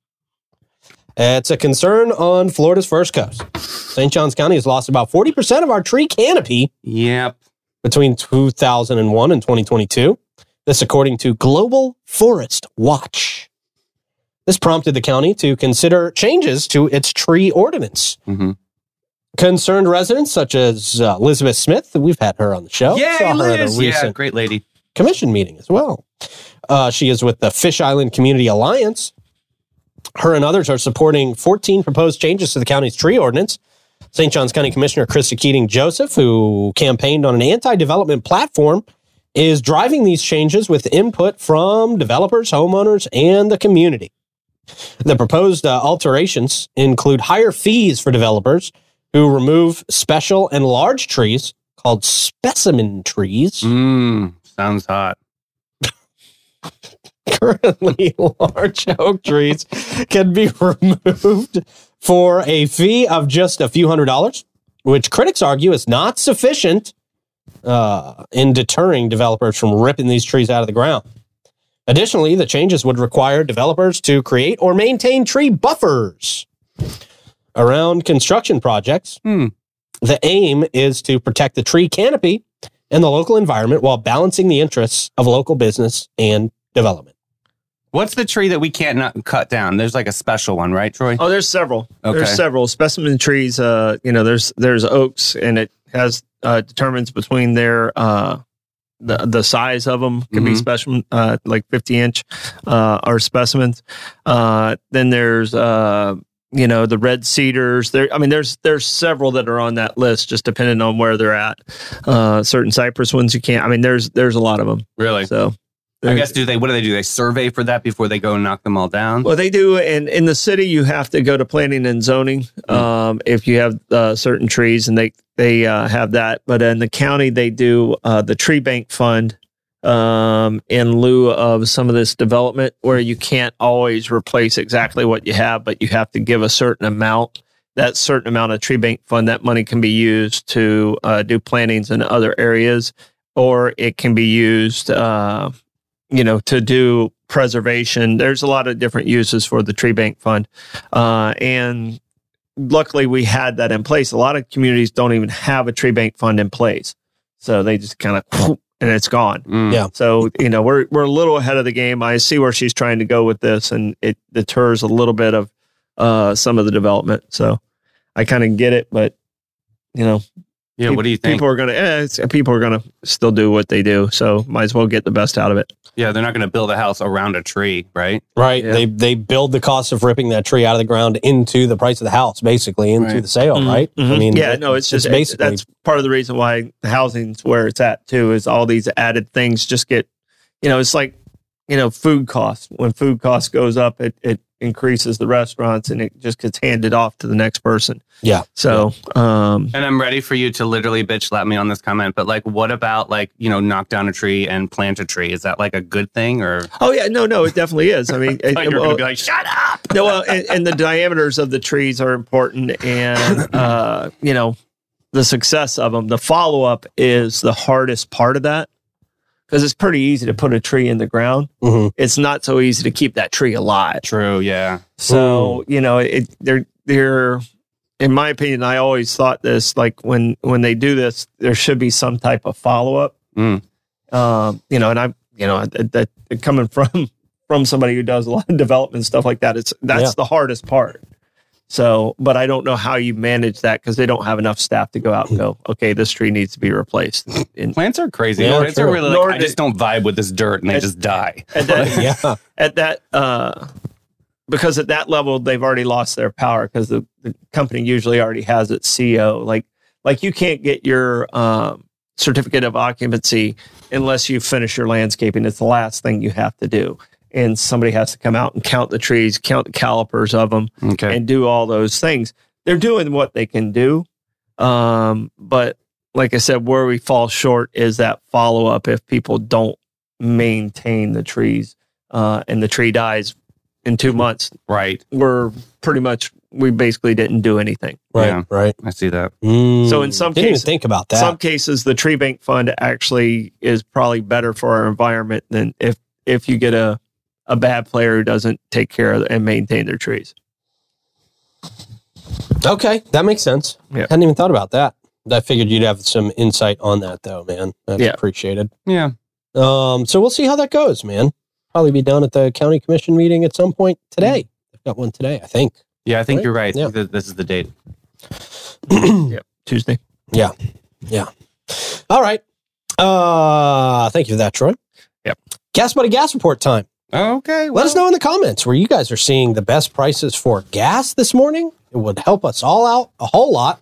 [SPEAKER 1] It's a concern on Florida's first coast. St. John's County has lost about 40% of our tree canopy
[SPEAKER 4] Yep.
[SPEAKER 1] between 2001 and 2022. This, according to Global Forest Watch. This prompted the county to consider changes to its tree ordinance.
[SPEAKER 4] Mhm.
[SPEAKER 1] Concerned residents such as uh, Elizabeth Smith, we've had her on the show.
[SPEAKER 4] Yay,
[SPEAKER 1] Oh, Saw her at a
[SPEAKER 4] Liz! Yeah,
[SPEAKER 1] recent
[SPEAKER 4] great lady.
[SPEAKER 1] commission meeting as well. Uh, she is with the Fish Island Community Alliance. Her and others are supporting 14 proposed changes to the county's tree ordinance. St. John's County Commissioner Krista Keating Joseph, who campaigned on an anti development platform, is driving these changes with input from developers, homeowners, and the community. The proposed uh, alterations include higher fees for developers who remove special and large trees called specimen trees.
[SPEAKER 4] Mm, sounds hot.
[SPEAKER 1] currently large oak trees can be removed for a fee of just a few hundred dollars, which critics argue is not sufficient uh, in deterring developers from ripping these trees out of the ground. Additionally, the changes would require developers to create or maintain tree buffers around construction projects.
[SPEAKER 4] Hmm.
[SPEAKER 1] The aim is to protect the tree canopy and the local environment while balancing the interests of local business and development.
[SPEAKER 4] What's the tree that we can't not cut down? There's like a special one, right, Troy?
[SPEAKER 3] Oh, there's several.
[SPEAKER 4] Okay.
[SPEAKER 3] There's several specimen trees. Uh, you know, there's there's oaks, and it has uh, determines between their uh, the the size of them can be
[SPEAKER 4] Mhm.
[SPEAKER 3] specimen uh, like 50 inch uh, are specimens. Uh, then there's uh, you know the red cedars. There, I mean, there's there's several that are on that list, just depending on where they're at. Uh, certain cypress ones you can't. I mean, there's there's a lot of them.
[SPEAKER 4] Really?
[SPEAKER 3] So
[SPEAKER 4] I guess do they? What do they do? They survey for that before they go and knock them all down.
[SPEAKER 3] Well, they do, and in the city, you have to go to planning and zoning um, if you have uh, certain trees, and they they uh, have that. But in the county, they do uh, the tree bank fund um, in lieu of some of this development, where you can't always replace exactly what you have, but you have to give a certain amount. That certain amount of tree bank fund, that money can be used to uh, do plantings in other areas, or it can be used. Uh, you know to do preservation there's a lot of different uses for the tree bank fund uh, and luckily we had that in place a lot of communities don't even have a tree bank fund in place so they just kind of and it's gone
[SPEAKER 4] Mm.
[SPEAKER 1] Yeah.
[SPEAKER 3] so you know we're we're a little ahead of the game i see where she's trying to go with this and it deters a little bit of uh, some of the development so i kind of get it but you know
[SPEAKER 4] Yeah.
[SPEAKER 3] peop-
[SPEAKER 4] What do you think?
[SPEAKER 3] people are gonna eh, it's, people are gonna still do what they do so might as well get the best out of it
[SPEAKER 4] yeah, they're not going to build a house around a tree, right?
[SPEAKER 1] Right.
[SPEAKER 3] Yeah.
[SPEAKER 1] They they build the cost of ripping that tree out of the ground into the price of the house, basically into
[SPEAKER 4] Right.
[SPEAKER 1] the sale.
[SPEAKER 3] Mhm.
[SPEAKER 1] Right. I
[SPEAKER 3] Mhm.
[SPEAKER 1] mean,
[SPEAKER 3] yeah,
[SPEAKER 1] that-
[SPEAKER 3] no, it's just it's-
[SPEAKER 1] basically
[SPEAKER 3] that's part of the reason why housing's where it's at too. Is all these added things just get, you know, it's like, you know, food costs. When food costs goes up, it it increases the restaurants, and it just gets handed off to the next person.
[SPEAKER 1] Yeah.
[SPEAKER 3] So, um,
[SPEAKER 4] And I'm ready for you to literally bitch slap me on this comment, but like, what about like you know knock down a tree and plant a tree? Is that like a good thing or?
[SPEAKER 3] oh yeah, no, no, it definitely is. I mean, it-
[SPEAKER 4] You're going
[SPEAKER 3] well,
[SPEAKER 4] to be like, shut up.
[SPEAKER 3] no, well, and, and the diameters of the trees are important, and uh, you know, the success of them. The follow up is the hardest part of that because it's pretty easy to put a tree in the ground.
[SPEAKER 1] Mhm.
[SPEAKER 3] It's not so easy to keep that tree alive.
[SPEAKER 4] True. Yeah.
[SPEAKER 3] So you know, it, they're they're in my opinion. I always thought this like when when they do this, there should be some type of follow up.
[SPEAKER 4] Mm.
[SPEAKER 3] Um, you know, and I'm you know that, that coming from from somebody who does a lot of development stuff like that, it's that's
[SPEAKER 1] Yeah.
[SPEAKER 3] the hardest part. So, but I don't know how you manage that because they don't have enough staff to go out and go. Okay, this tree needs to be replaced. And
[SPEAKER 4] Plants are crazy.
[SPEAKER 1] Yeah,
[SPEAKER 4] Plants
[SPEAKER 1] true.
[SPEAKER 4] are really
[SPEAKER 3] Nor
[SPEAKER 4] like, I
[SPEAKER 3] did-
[SPEAKER 4] just don't vibe with this dirt and they
[SPEAKER 3] It's-
[SPEAKER 4] just die.
[SPEAKER 3] at that,
[SPEAKER 1] yeah.
[SPEAKER 3] at that uh because at that level they've already lost their power because the, the company usually already has its CEO. Like like you can't get your um certificate of occupancy unless you finish your landscaping. It's the last thing you have to do. And somebody has to come out and count the trees, count the calipers of them,
[SPEAKER 4] Okay.
[SPEAKER 3] and do all those things. They're doing what they can do. Um, but like I said, where we fall short is that follow up if people don't maintain the trees uh, and the tree dies in two months,
[SPEAKER 4] Right.
[SPEAKER 3] we're pretty much, we basically didn't do anything.
[SPEAKER 1] Right.
[SPEAKER 4] Yeah.
[SPEAKER 1] Right.
[SPEAKER 4] I see that.
[SPEAKER 1] Mm.
[SPEAKER 3] So in some
[SPEAKER 1] didn't
[SPEAKER 3] cases-
[SPEAKER 1] even think about that.
[SPEAKER 3] Some cases, the tree bank fund actually is probably better for our environment than if if you get a a bad player who doesn't take care of and maintain their trees.
[SPEAKER 1] okay, that makes sense.
[SPEAKER 3] Yeah.
[SPEAKER 1] hadn't even thought about that. I figured you'd have some insight on that, though, man. That's
[SPEAKER 3] Yeah.
[SPEAKER 1] appreciated.
[SPEAKER 4] Yeah.
[SPEAKER 1] Um, so we'll see how that goes, man. probably be done at the county commission meeting at some point today.
[SPEAKER 3] Mm.
[SPEAKER 1] They've got one today, I think.
[SPEAKER 4] Yeah, I think
[SPEAKER 1] Right?
[SPEAKER 4] you're right.
[SPEAKER 1] Yeah.
[SPEAKER 4] Th- This is the date.
[SPEAKER 3] Tuesday.
[SPEAKER 1] All right. Uh, thank you for that, Troy.
[SPEAKER 4] Yep.
[SPEAKER 1] Gas buddy gas report time.
[SPEAKER 4] Oh, Okay.
[SPEAKER 1] Let us know in the comments where you guys are seeing the best prices for gas this morning. It would help us all out a whole lot.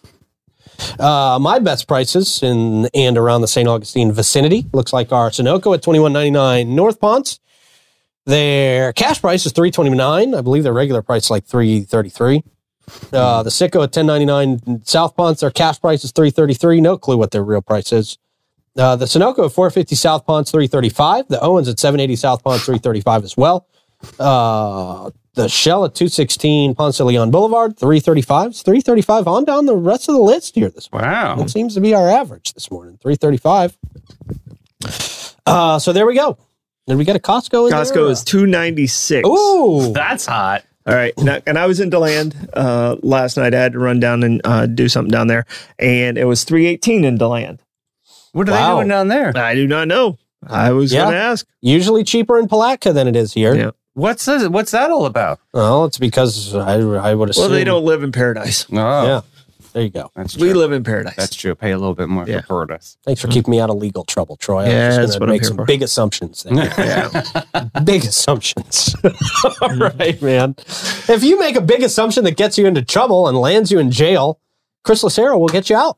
[SPEAKER 1] Uh, my best prices in and around the St. Augustine vicinity looks like our Sunoco at twenty one ninety nine North Ponce. Their cash price is three twenty nine. I believe their regular price is like three thirty three. Uh, the Sicko at ten ninety nine South Ponce. Their cash price is three thirty three. No clue what their real price is. Uh, the Sunoco at four fifty South Ponce three thirty five. The Owens at seven eighty South Ponce three thirty five as well uh, the Shell at 216 Ponce de Leon Boulevard, 335. It's 335 on down the rest of the list here this
[SPEAKER 4] Wow.
[SPEAKER 3] Mm-hmm.
[SPEAKER 1] morning. It seems to be our average this morning, 335. Uh, so there we go. Then we got a Costco in there.
[SPEAKER 3] Costco is two ninety six.
[SPEAKER 1] Ooh.
[SPEAKER 4] That's hot.
[SPEAKER 3] All right, and I, and I was in Deland uh, last night. I had to run down and uh, do something down there, and it was three eighteen in Deland.
[SPEAKER 4] What are
[SPEAKER 1] Wow.
[SPEAKER 4] they doing down there?
[SPEAKER 3] I do not know. I was
[SPEAKER 1] Yeah.
[SPEAKER 3] going to ask.
[SPEAKER 1] Usually cheaper in Palatka than it is here.
[SPEAKER 3] Yeah.
[SPEAKER 4] What's this, what's that all about?
[SPEAKER 1] Well, it's because I, I would assume.
[SPEAKER 3] Well, they don't live in paradise.
[SPEAKER 4] Oh,
[SPEAKER 1] Yeah. There you go.
[SPEAKER 4] that's true.
[SPEAKER 2] We live in paradise.
[SPEAKER 4] that's true. Pay a little bit more
[SPEAKER 3] Yeah.
[SPEAKER 4] for Paradise.
[SPEAKER 1] Thanks for keeping me out of legal trouble, Troy.
[SPEAKER 3] Yeah,
[SPEAKER 1] I was
[SPEAKER 3] that's
[SPEAKER 1] just
[SPEAKER 3] what
[SPEAKER 1] going
[SPEAKER 3] I'm
[SPEAKER 1] to make
[SPEAKER 3] here
[SPEAKER 1] some
[SPEAKER 3] for.
[SPEAKER 1] big assumptions there. big assumptions. All right, man. If you make a big assumption that gets you into trouble and lands you in jail, Chris Lucero will get you out.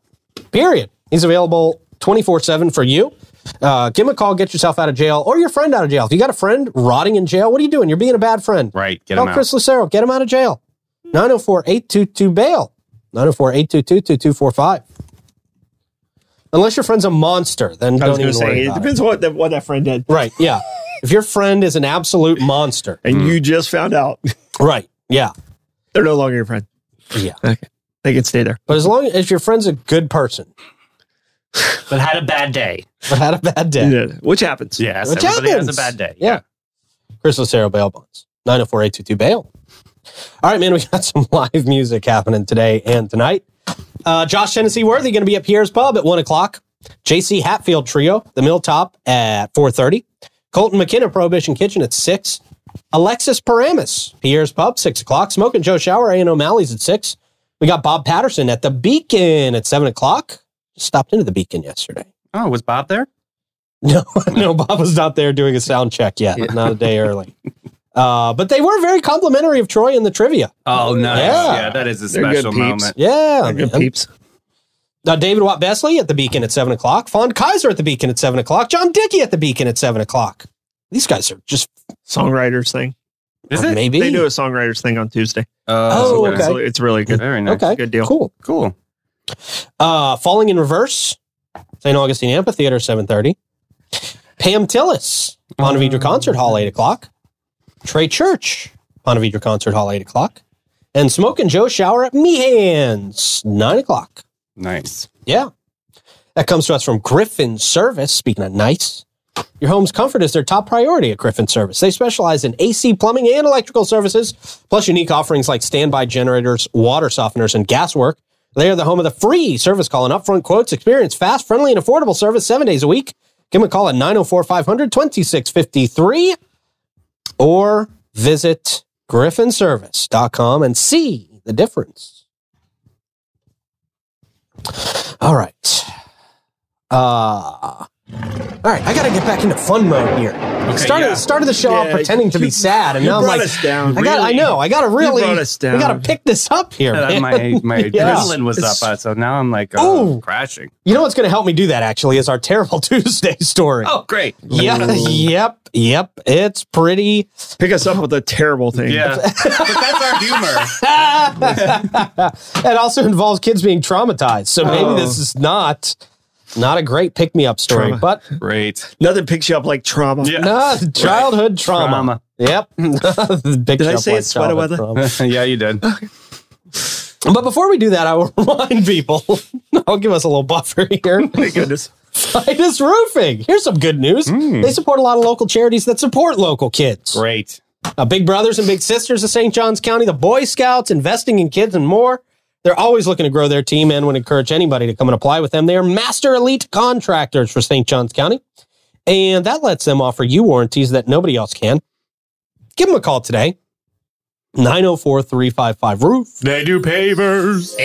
[SPEAKER 1] Period. He's available 24 7 for you. Uh, give him a call, get yourself out of jail or your friend out of jail. If you got a friend rotting in jail, what are you doing? You're being a bad friend.
[SPEAKER 4] Right. Get
[SPEAKER 1] Call
[SPEAKER 4] them out.
[SPEAKER 1] Chris Lucero, get him out of jail. 904 822 bail. 904 822 2245. Unless your friend's a monster, then
[SPEAKER 3] I was
[SPEAKER 1] don't
[SPEAKER 3] going
[SPEAKER 1] even
[SPEAKER 3] to
[SPEAKER 1] worry
[SPEAKER 3] say it
[SPEAKER 1] about it.
[SPEAKER 3] depends what that what that friend did,
[SPEAKER 1] Right. Yeah. If your friend is an absolute monster.
[SPEAKER 3] and you just found out
[SPEAKER 1] Right. Yeah.
[SPEAKER 3] they're no longer your friend.
[SPEAKER 1] Yeah.
[SPEAKER 3] They can stay there.
[SPEAKER 1] But as long as your friend's a good person,
[SPEAKER 4] But had a bad day.
[SPEAKER 1] but had a bad day.
[SPEAKER 3] Yeah, which happens.
[SPEAKER 4] Yes.
[SPEAKER 1] Which
[SPEAKER 4] everybody
[SPEAKER 1] happens.
[SPEAKER 4] has a bad day.
[SPEAKER 1] Yeah. Chris Lucero bail bonds. 904-822 bail. All right, man, we got some live music happening today and tonight. Uh, Josh Tennessee Worthy going to be at Pierre's Pub at 1 o'clock. JC Hatfield Trio, The Milltop at 4.30. Colton McKenna Prohibition Kitchen at 6. Alexis Paramus, Pierre's Pub, 6 o'clock. Smoke and Joe Shower, A&O O'Malley's at 6. We got Bob Patterson at The Beacon at 7 o'clock. Stopped into The Beacon yesterday.
[SPEAKER 4] Oh, was Bob there?
[SPEAKER 1] No, no, Bob was not there doing a sound check yet. Not a day early. Uh, but they were very complimentary of Troy in the trivia.
[SPEAKER 4] Oh, nice.
[SPEAKER 1] Yeah.
[SPEAKER 4] Yeah, that is a
[SPEAKER 3] They're good
[SPEAKER 4] special
[SPEAKER 3] peeps.
[SPEAKER 4] moment.
[SPEAKER 1] Yeah.
[SPEAKER 3] They're good
[SPEAKER 1] man.
[SPEAKER 3] peeps.
[SPEAKER 1] Now, David Watt Besley at the Beacon at 7 o'clock. Fawn Kaiser at the Beacon at 7 o'clock. John Dickey at the Beacon at 7 o'clock. These guys are just
[SPEAKER 3] Songwriters thing.
[SPEAKER 4] Is it?
[SPEAKER 1] maybe.
[SPEAKER 3] They do a songwriters thing on Tuesday.
[SPEAKER 1] Oh,
[SPEAKER 3] It's-
[SPEAKER 1] okay.
[SPEAKER 3] It's really good.
[SPEAKER 4] Very nice.
[SPEAKER 1] Okay.
[SPEAKER 3] Good deal.
[SPEAKER 1] Cool.
[SPEAKER 4] Cool.
[SPEAKER 1] Uh, Falling in Reverse, St. Augustine Amphitheater, 7.30. Pam Tillis, Pontevedra Concert Hall, 8 o'clock. Trey Church, Pontevedra Concert Hall, 8 o'clock. And Smoke and Joe Shower at Meehan's, 9 o'clock.
[SPEAKER 4] Nice.
[SPEAKER 1] Yeah. That comes to us from Griffin Service. Speaking of nice, your home's comfort is their top priority at Griffin Service. They specialize in AC plumbing and electrical services, plus unique offerings like standby generators, water softeners, and gas work. They are the home of the free service call and upfront quotes. Experience fast, friendly, and affordable service seven days a week. Give them a call at 904 500 2653 or visit griffinservice.com and see the difference. All right. Uh, all right. I got to get back into fun mode here. I started,
[SPEAKER 4] yeah.
[SPEAKER 1] started the show off
[SPEAKER 3] Yeah,
[SPEAKER 1] pretending to be sad, and
[SPEAKER 3] you
[SPEAKER 1] now I'm
[SPEAKER 3] brought
[SPEAKER 1] like,
[SPEAKER 3] us down,
[SPEAKER 1] I got, I
[SPEAKER 3] really.
[SPEAKER 1] know, I got to really,
[SPEAKER 3] brought us
[SPEAKER 1] we got
[SPEAKER 3] down.
[SPEAKER 1] to pick this up here.
[SPEAKER 4] Uh,
[SPEAKER 1] man.
[SPEAKER 4] my my
[SPEAKER 1] Yeah.
[SPEAKER 4] adrenaline was
[SPEAKER 3] It's-
[SPEAKER 4] up, uh, so now I'm like
[SPEAKER 1] Oh.
[SPEAKER 4] oh, crashing.
[SPEAKER 1] you know what's going to help me do that actually is our terrible Tuesday story.
[SPEAKER 4] Oh, great.
[SPEAKER 1] Yeah, yep, yep. It's pretty.
[SPEAKER 3] Pick us up with a terrible thing.
[SPEAKER 4] Yeah, but that's our humor.
[SPEAKER 1] it also involves kids being traumatized, so maybe this is not not a great pick me up story,
[SPEAKER 3] Oh. Trauma.
[SPEAKER 1] but
[SPEAKER 4] Great.
[SPEAKER 3] Nothing picks you up like trauma.
[SPEAKER 4] Yeah.
[SPEAKER 1] no childhood trauma.
[SPEAKER 4] Trauma.
[SPEAKER 1] Yep. Did
[SPEAKER 3] I say it's sweater weather?
[SPEAKER 4] yeah, you did.
[SPEAKER 1] But before we do that, I will remind people. I'll give us a little buffer here.
[SPEAKER 3] Thank goodness.
[SPEAKER 1] Titus Roofing. Here's some good news.
[SPEAKER 3] Hmm.
[SPEAKER 1] They support a lot of local charities that support local kids.
[SPEAKER 4] Great.
[SPEAKER 1] Uh, big Brothers and Big Sisters of St. John's County, the Boy Scouts, investing in kids and more. They're always looking to grow their team and would encourage anybody to come and apply with them. They are master elite contractors for St. John's County. and that lets them offer you warranties that nobody else can. Give them a call today. 904 355 Roof.
[SPEAKER 3] They do pavers.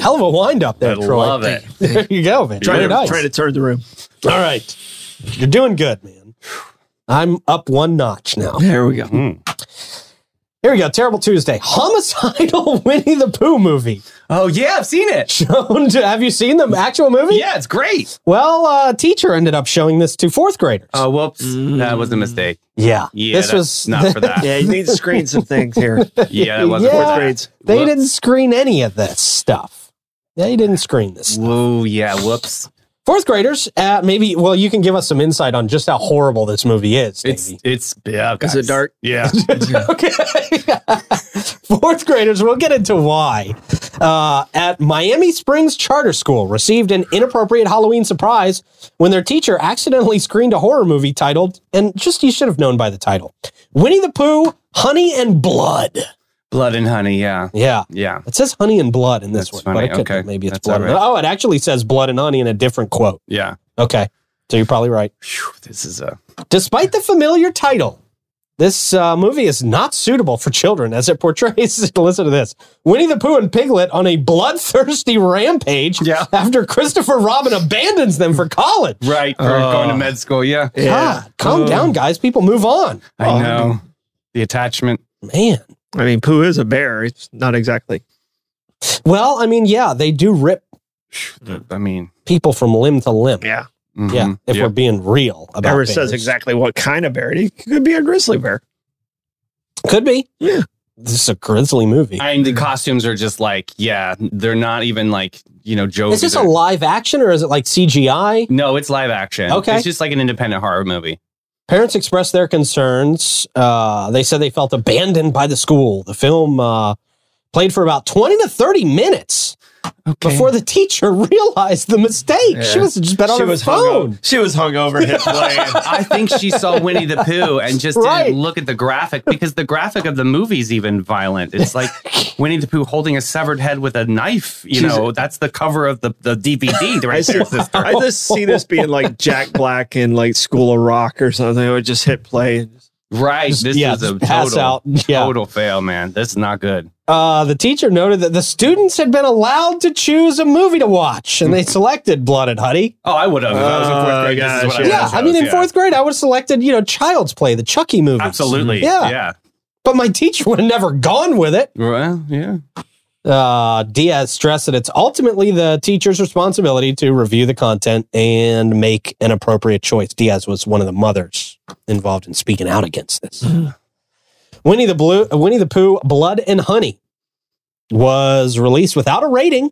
[SPEAKER 1] Hell of a wind up there,
[SPEAKER 4] I
[SPEAKER 1] Troy.
[SPEAKER 4] love it.
[SPEAKER 1] There you go, man.
[SPEAKER 3] Trying
[SPEAKER 1] Very
[SPEAKER 3] to,
[SPEAKER 1] nice.
[SPEAKER 3] trying to turn the room.
[SPEAKER 1] All right. You're doing good, man. I'm up one notch now.
[SPEAKER 2] There we go.
[SPEAKER 4] Mm,
[SPEAKER 1] Here we go. Terrible Tuesday. Homicidal Winnie the Pooh movie.
[SPEAKER 4] Oh yeah, I've seen it.
[SPEAKER 1] Shown to, have you seen the actual movie?
[SPEAKER 4] Yeah, it's great.
[SPEAKER 1] Well, uh, teacher ended up showing this to fourth graders.
[SPEAKER 4] Oh whoops, that was a mistake.
[SPEAKER 1] yeah.
[SPEAKER 4] Yeah,
[SPEAKER 1] This
[SPEAKER 4] that-
[SPEAKER 1] was.
[SPEAKER 4] not for that.
[SPEAKER 3] Yeah, you need to screen some things here.
[SPEAKER 4] Yeah, that wasn't
[SPEAKER 1] Yeah.
[SPEAKER 4] for that.
[SPEAKER 3] Grades.
[SPEAKER 1] They
[SPEAKER 4] Whoops.
[SPEAKER 1] didn't screen any of this stuff. They didn't screen this.
[SPEAKER 4] Whoa, yeah, whoops.
[SPEAKER 1] Fourth graders, uh, maybe. Well, you can give us some insight on just how horrible this movie is.
[SPEAKER 4] It's
[SPEAKER 1] Davey.
[SPEAKER 4] it's yeah.
[SPEAKER 2] Is it
[SPEAKER 4] guys.
[SPEAKER 2] dark?
[SPEAKER 4] Yeah.
[SPEAKER 1] okay. Fourth graders, we'll get into why. Uh, at Miami Springs Charter School, received an inappropriate Halloween surprise when their teacher accidentally screened a horror movie titled, and just you should have known by the title, Winnie the Pooh, Honey and Blood.
[SPEAKER 4] Blood and honey. Yeah.
[SPEAKER 1] Yeah.
[SPEAKER 4] Yeah.
[SPEAKER 1] It says honey and blood in this
[SPEAKER 4] That's
[SPEAKER 1] one,
[SPEAKER 4] funny.
[SPEAKER 1] but I could
[SPEAKER 4] Okay.
[SPEAKER 1] maybe it's
[SPEAKER 4] That's
[SPEAKER 1] blood.
[SPEAKER 4] all
[SPEAKER 1] and-
[SPEAKER 4] right.
[SPEAKER 1] Oh, it actually says blood and honey in a different quote.
[SPEAKER 4] Yeah.
[SPEAKER 1] Okay, so you're probably right.
[SPEAKER 4] Phew, this is a
[SPEAKER 1] Despite the familiar title, this uh, movie is not suitable for children as it portrays. listen to this: Winnie the Pooh and Piglet on a bloodthirsty rampage
[SPEAKER 4] Yeah.
[SPEAKER 1] after Christopher Robin abandons them for college.
[SPEAKER 4] right for
[SPEAKER 1] Oh.
[SPEAKER 3] Uh,
[SPEAKER 4] going to med school. Yeah.
[SPEAKER 1] God, calm
[SPEAKER 3] Oh.
[SPEAKER 1] down, guys. People move on.
[SPEAKER 4] I know the attachment.
[SPEAKER 1] Man.
[SPEAKER 3] I mean, Pooh is a bear. It's not exactly.
[SPEAKER 1] Well, I mean, yeah, they do rip
[SPEAKER 4] I mean,
[SPEAKER 1] people from limb to limb.
[SPEAKER 3] Yeah.
[SPEAKER 4] mhm,
[SPEAKER 1] Yeah, if we're being real about
[SPEAKER 3] Never
[SPEAKER 1] it.
[SPEAKER 3] says exactly what kind of bear. It could be a grizzly bear.
[SPEAKER 1] Could be.
[SPEAKER 3] Yeah.
[SPEAKER 1] This is a grizzly movie.
[SPEAKER 4] And the costumes are just like, yeah, they're not even like, you know, Joe.
[SPEAKER 1] Is this a live action or is it like CGI?
[SPEAKER 4] No, it's live action.
[SPEAKER 1] Okay.
[SPEAKER 4] It's just like an independent horror movie.
[SPEAKER 1] Parents expressed their concerns. Uh, they said they felt abandoned by the school. The film uh, played for about 20 to 30 minutes before the teacher realized the mistake. She
[SPEAKER 3] Yeah.
[SPEAKER 1] was just been on her phone.
[SPEAKER 3] She was hungover. Hit play.
[SPEAKER 4] I think she saw Winnie the Pooh and just
[SPEAKER 1] Right.
[SPEAKER 4] didn't look at the graphic because the graphic of the movie's even violent. It's like Winnie the Pooh holding a severed head with a knife. You know, that's the cover of the, the DVD
[SPEAKER 3] I,
[SPEAKER 4] right
[SPEAKER 3] see,
[SPEAKER 4] there. It's this-
[SPEAKER 3] I just see this being like Jack Black in like School of Rock or something. It would just hit play.
[SPEAKER 4] right. This
[SPEAKER 1] yeah,
[SPEAKER 4] is a
[SPEAKER 1] pass
[SPEAKER 4] total,
[SPEAKER 1] out. Yeah.
[SPEAKER 4] total fail, man. This is not good.
[SPEAKER 1] Uh, the teacher noted that the students had been allowed to choose a movie to watch, and they selected Blood and Honey.
[SPEAKER 4] Oh, I would have. If I was in
[SPEAKER 3] Oh,
[SPEAKER 4] fourth grade, this
[SPEAKER 3] gosh,
[SPEAKER 4] is what I
[SPEAKER 3] yeah.
[SPEAKER 4] would
[SPEAKER 1] Yeah,
[SPEAKER 4] have
[SPEAKER 1] I mean,
[SPEAKER 4] chose,
[SPEAKER 1] in
[SPEAKER 4] yeah.
[SPEAKER 1] fourth grade, I would have selected, you know, Child's Play, the Chucky movie.
[SPEAKER 4] Absolutely.
[SPEAKER 1] Mm-hmm. Yeah.
[SPEAKER 4] Yeah.
[SPEAKER 1] But my teacher would have never gone with it.
[SPEAKER 4] Well, yeah.
[SPEAKER 1] Uh, Diaz stressed that it's ultimately the teacher's responsibility to review the content and make an appropriate choice. Diaz was one of the mothers involved in speaking out against this. Winnie the Blue, Winnie the Pooh, Blood and Honey was released without a rating.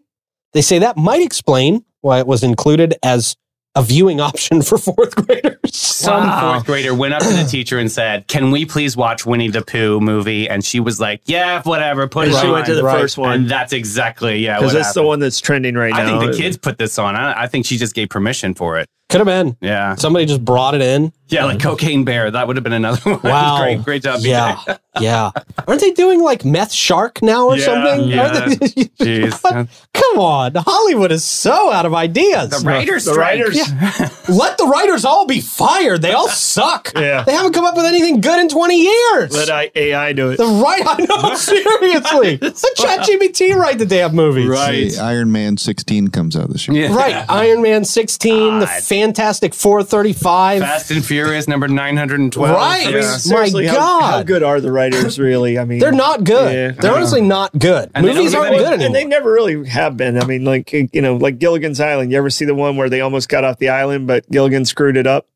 [SPEAKER 1] They say that might explain why it was included as a viewing option for fourth graders.
[SPEAKER 4] Some
[SPEAKER 3] Wow.
[SPEAKER 4] fourth grader went up to the teacher and said, "Can we please watch Winnie the Pooh movie?" And she was like, "Yeah, whatever." Put
[SPEAKER 3] And
[SPEAKER 4] it
[SPEAKER 3] she
[SPEAKER 4] on.
[SPEAKER 3] went to the
[SPEAKER 1] right.
[SPEAKER 3] first
[SPEAKER 4] and
[SPEAKER 3] one
[SPEAKER 4] that's exactly yeah.
[SPEAKER 3] because
[SPEAKER 4] what
[SPEAKER 3] that's the
[SPEAKER 4] happened.
[SPEAKER 3] one that's trending right
[SPEAKER 4] I
[SPEAKER 3] now.
[SPEAKER 4] think the kids put this on. I, I think she just gave permission for it.
[SPEAKER 1] Could have been
[SPEAKER 4] Yeah,
[SPEAKER 1] somebody just brought it in.
[SPEAKER 4] yeah, like Cocaine Bear. That would have been another one.
[SPEAKER 1] Mm-hmm. Wow.
[SPEAKER 4] great, great job.
[SPEAKER 1] Yeah, yeah. Aren't they doing like meth shark now or
[SPEAKER 4] Yeah,
[SPEAKER 1] something?
[SPEAKER 4] yeah.
[SPEAKER 1] Aren't they-
[SPEAKER 4] BJ. Jeez.
[SPEAKER 1] What? Come on, Hollywood is so out of ideas.
[SPEAKER 4] The writers,
[SPEAKER 3] The writers.
[SPEAKER 1] Let the writers all be fired. They all suck.
[SPEAKER 3] Yeah.
[SPEAKER 1] They haven't come up with anything good in 20 years.
[SPEAKER 4] uh,
[SPEAKER 3] Let I, AI do it.
[SPEAKER 1] the right, I know, seriously. Let ChatGPT write the damn movies.
[SPEAKER 5] Hey, Iron Man 16 comes out this year.
[SPEAKER 4] Yeah.
[SPEAKER 1] Right. Iron Man 16, the
[SPEAKER 4] God.
[SPEAKER 1] Fantastic 435.
[SPEAKER 4] Fast and Furious number nine hundred and twelve.
[SPEAKER 1] Right.
[SPEAKER 3] I mean,
[SPEAKER 1] My
[SPEAKER 3] seriously, how- How,
[SPEAKER 1] God.
[SPEAKER 3] good are the writers really? I mean,
[SPEAKER 1] They're not good.
[SPEAKER 3] Yeah.
[SPEAKER 1] They're honestly not good.
[SPEAKER 4] And they
[SPEAKER 1] movies
[SPEAKER 4] don't
[SPEAKER 1] aren't
[SPEAKER 4] give
[SPEAKER 1] good
[SPEAKER 4] any-
[SPEAKER 3] And
[SPEAKER 1] anymore.
[SPEAKER 3] they never really have been. I mean, like you know, like Gilligan's Island. You ever see the one where they almost got off the island, but Gilligan screwed it up?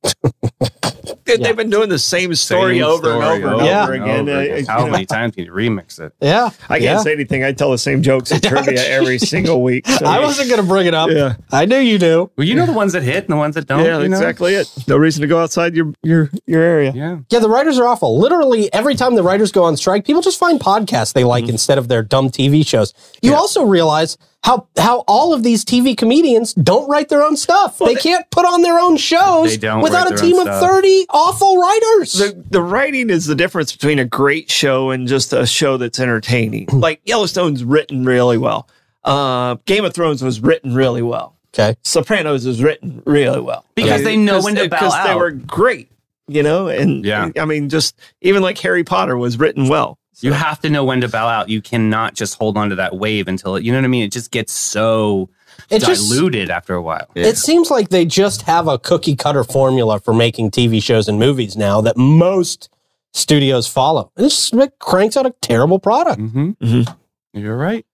[SPEAKER 3] Dude, They've been doing the same story
[SPEAKER 4] Same
[SPEAKER 3] over
[SPEAKER 4] story
[SPEAKER 3] and over and
[SPEAKER 1] Yeah.
[SPEAKER 3] over again. Uh, you
[SPEAKER 4] How
[SPEAKER 3] know,
[SPEAKER 4] many times can you remix it?
[SPEAKER 1] yeah.
[SPEAKER 3] I can't
[SPEAKER 1] yeah.
[SPEAKER 3] say anything. I tell the same jokes at trivia every single week. so-
[SPEAKER 1] I wasn't going to bring it up.
[SPEAKER 3] Yeah.
[SPEAKER 1] I knew you knew.
[SPEAKER 4] Well, you know the ones that hit and the ones that don't.
[SPEAKER 3] Yeah,
[SPEAKER 4] you know?
[SPEAKER 3] exactly it. No reason to go outside your your your area.
[SPEAKER 4] Yeah.
[SPEAKER 1] Yeah, the writers are awful. Literally, every time the writers go on strike, people just find podcasts they
[SPEAKER 4] Mm-hmm.
[SPEAKER 1] like instead of their dumb TV shows. You also realize how how all of these TV comedians don't write their own stuff. they, can't put on their own shows
[SPEAKER 4] They don't
[SPEAKER 1] without
[SPEAKER 4] write
[SPEAKER 1] a
[SPEAKER 4] their own
[SPEAKER 1] team of
[SPEAKER 4] stuff.
[SPEAKER 1] thirty awful writers.
[SPEAKER 3] The, the writing is the difference between a great show and just a show that's
[SPEAKER 4] Hmm.
[SPEAKER 3] entertaining. like Yellowstone's written really well. Uh, Game of Thrones was written really well.
[SPEAKER 1] Okay.
[SPEAKER 3] Sopranos is written really well
[SPEAKER 4] Because they know when to bow
[SPEAKER 3] Because they
[SPEAKER 4] out.
[SPEAKER 3] were great, you know. And
[SPEAKER 4] Yeah.
[SPEAKER 3] I mean, just even like Harry Potter was written well.
[SPEAKER 4] You have to know when to bow out. You cannot just hold on to that wave until it, you know what I mean? It just gets so
[SPEAKER 1] It just-
[SPEAKER 4] diluted after a while.
[SPEAKER 1] It seems like they just have a cookie cutter formula for making TV shows and movies now that most studios follow. And it just it cranks out a terrible product.
[SPEAKER 4] Mm-hmm.
[SPEAKER 3] Mhm.
[SPEAKER 4] You're right.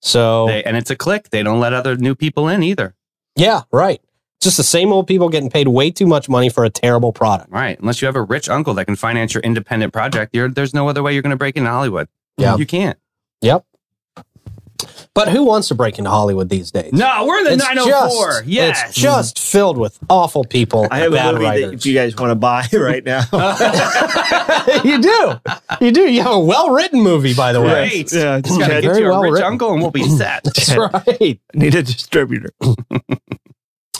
[SPEAKER 1] So,
[SPEAKER 4] They, and it's a click. They don't let other new people in either.
[SPEAKER 1] yeah, right. Just the same old people getting paid way too much money for a terrible product.
[SPEAKER 4] Right. Unless you have a rich uncle that can finance your independent project, you're, there's no other way you're going to break into Hollywood.
[SPEAKER 1] Yeah.
[SPEAKER 4] You can't.
[SPEAKER 1] Yep. But who wants to break into Hollywood these days?
[SPEAKER 4] No, we're in the
[SPEAKER 1] It's
[SPEAKER 4] 904.
[SPEAKER 1] just-
[SPEAKER 4] yes.
[SPEAKER 1] It's just filled with awful people.
[SPEAKER 3] I have
[SPEAKER 1] bad
[SPEAKER 3] a movie that
[SPEAKER 1] writers.
[SPEAKER 3] if you guys want to buy right now,
[SPEAKER 1] you do. You do. You have a well written movie, by the way.
[SPEAKER 4] Great.
[SPEAKER 3] yeah,
[SPEAKER 4] Just gotta
[SPEAKER 3] Chad,
[SPEAKER 4] get
[SPEAKER 1] Very
[SPEAKER 4] you a
[SPEAKER 1] well
[SPEAKER 4] rich
[SPEAKER 1] written.
[SPEAKER 4] uncle and we'll be set.
[SPEAKER 1] That's right.
[SPEAKER 3] need a distributor.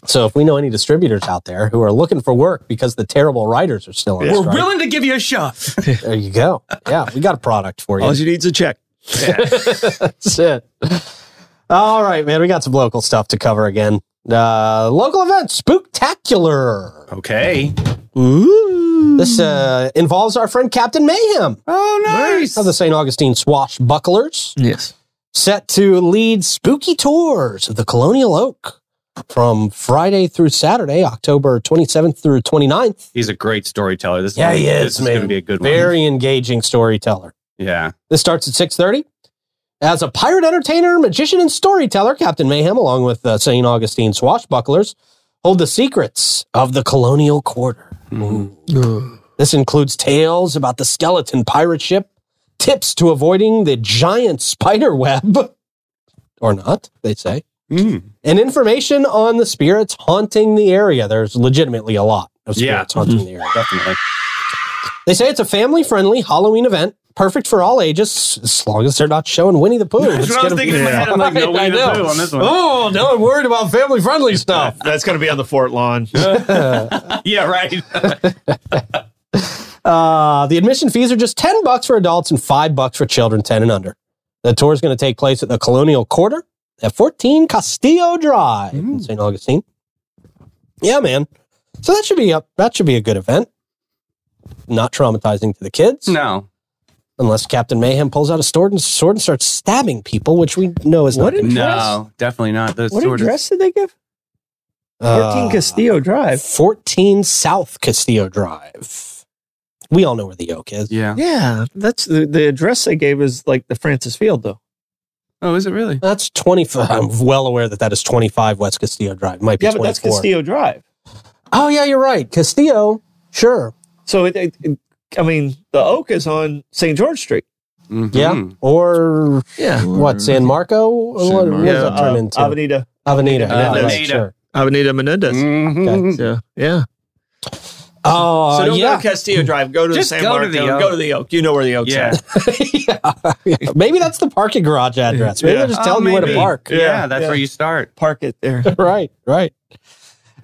[SPEAKER 1] So if we know any distributors out there who are looking for work because the terrible writers are still on
[SPEAKER 3] Yeah.
[SPEAKER 1] strike,
[SPEAKER 4] We're willing to give you a shot.
[SPEAKER 1] there you go. Yeah, we got a product for you.
[SPEAKER 3] All you need is a check.
[SPEAKER 1] That's it. All right, man, we got some local stuff to cover again. Uh, local event, Spooktacular.
[SPEAKER 4] Okay.
[SPEAKER 1] This uh, involves our friend Captain Mayhem
[SPEAKER 4] Hmm. Oh, nice.
[SPEAKER 1] of the St. Augustine Swashbucklers,
[SPEAKER 2] Yes.
[SPEAKER 1] set to lead spooky tours of the Colonial Oak from Friday through Saturday, October 27th through 29th.
[SPEAKER 4] He's a great storyteller. This
[SPEAKER 1] Yeah,
[SPEAKER 4] is,
[SPEAKER 1] he is,
[SPEAKER 4] This is going to
[SPEAKER 1] man.
[SPEAKER 4] be a good one.
[SPEAKER 1] Very engaging storyteller.
[SPEAKER 4] Yeah.
[SPEAKER 1] This starts at 6.30. As a pirate entertainer, magician, and storyteller, Captain Mayhem, along with uh, St. Augustine swashbucklers, hold the secrets of the colonial quarter.
[SPEAKER 4] Mm-hmm.
[SPEAKER 1] This includes tales about the skeleton pirate ship, tips to avoiding the giant spider web, or not, they say,
[SPEAKER 4] Mm.
[SPEAKER 1] and information on the spirits haunting the area. There's legitimately a lot of
[SPEAKER 4] Yeah. Mm-hmm.
[SPEAKER 1] spirits haunting the area.
[SPEAKER 4] Definitely.
[SPEAKER 1] They say it's a family friendly Halloween event, perfect for all ages, as long as they're not showing Winnie the Pooh. It's
[SPEAKER 4] That's what I was
[SPEAKER 1] gonna
[SPEAKER 4] thinking in
[SPEAKER 1] be
[SPEAKER 4] my head. I'm like, no
[SPEAKER 1] fine.
[SPEAKER 4] Winnie
[SPEAKER 1] I
[SPEAKER 4] the
[SPEAKER 1] know.
[SPEAKER 4] Pooh on this one.
[SPEAKER 1] Oh, no, I'm worried about family friendly stuff.
[SPEAKER 3] That's going to be on the fort lawn.
[SPEAKER 4] yeah, right.
[SPEAKER 1] Uh, the admission fees are just 10 bucks for adults and 5 bucks for children 10 and under. The tour is going to take place at the Colonial Quarter at 14 Castillo Drive in St. Augustine. Yeah, man. So that should be up. That should be a good event. Not traumatizing to the kids.
[SPEAKER 4] No.
[SPEAKER 1] Unless Captain Mayhem pulls out a sword and, sword and starts stabbing people, which we know is
[SPEAKER 2] What
[SPEAKER 1] not.
[SPEAKER 2] did-
[SPEAKER 4] No, definitely not. Those
[SPEAKER 2] What
[SPEAKER 4] sort of-
[SPEAKER 2] address did they give? 14
[SPEAKER 1] Uh,
[SPEAKER 2] Castillo Drive.
[SPEAKER 1] 14 South Castillo Drive. We all know where the oak is.
[SPEAKER 4] Yeah.
[SPEAKER 2] Yeah, that's the, the address they gave is like the Francis Field though.
[SPEAKER 4] Oh, is it really?
[SPEAKER 1] That's 25. I'm well aware that that is 25 West Castillo Drive. Might be
[SPEAKER 2] Yeah, but
[SPEAKER 1] 24.
[SPEAKER 2] that's Castillo Drive.
[SPEAKER 1] Oh, yeah, you're right. Castillo. Sure.
[SPEAKER 2] So it, it, it- I mean, the Oak is on St. George Street.
[SPEAKER 4] Mhm.
[SPEAKER 1] Yeah. Or
[SPEAKER 2] Hmm. Yeah.
[SPEAKER 1] what? San Marco?
[SPEAKER 5] San
[SPEAKER 1] what, what
[SPEAKER 5] Yeah,
[SPEAKER 1] does that turn
[SPEAKER 3] uh,
[SPEAKER 1] into? Avenida.
[SPEAKER 2] Uh, Avenida.
[SPEAKER 1] Yeah,
[SPEAKER 4] Avenida.
[SPEAKER 1] right, sure.
[SPEAKER 3] Avenida Menendez.
[SPEAKER 4] Mhm.
[SPEAKER 3] Yeah, yeah.
[SPEAKER 1] Oh,
[SPEAKER 3] so don't
[SPEAKER 1] yeah.
[SPEAKER 3] go to Castillo Drive. Go to
[SPEAKER 4] Just
[SPEAKER 3] the San
[SPEAKER 4] go to
[SPEAKER 3] Marco.
[SPEAKER 4] the Oak.
[SPEAKER 2] Go to the Oak. You know where the Oak's
[SPEAKER 4] Yeah.
[SPEAKER 2] at.
[SPEAKER 1] Yeah. Maybe that's the parking garage address. Maybe
[SPEAKER 3] Yeah.
[SPEAKER 1] they're just telling
[SPEAKER 4] Oh,
[SPEAKER 1] you where to
[SPEAKER 4] maybe.
[SPEAKER 1] park.
[SPEAKER 4] Yeah,
[SPEAKER 3] Yeah,
[SPEAKER 4] that's
[SPEAKER 3] yeah.
[SPEAKER 4] where you start.
[SPEAKER 2] Park it there.
[SPEAKER 1] right, right.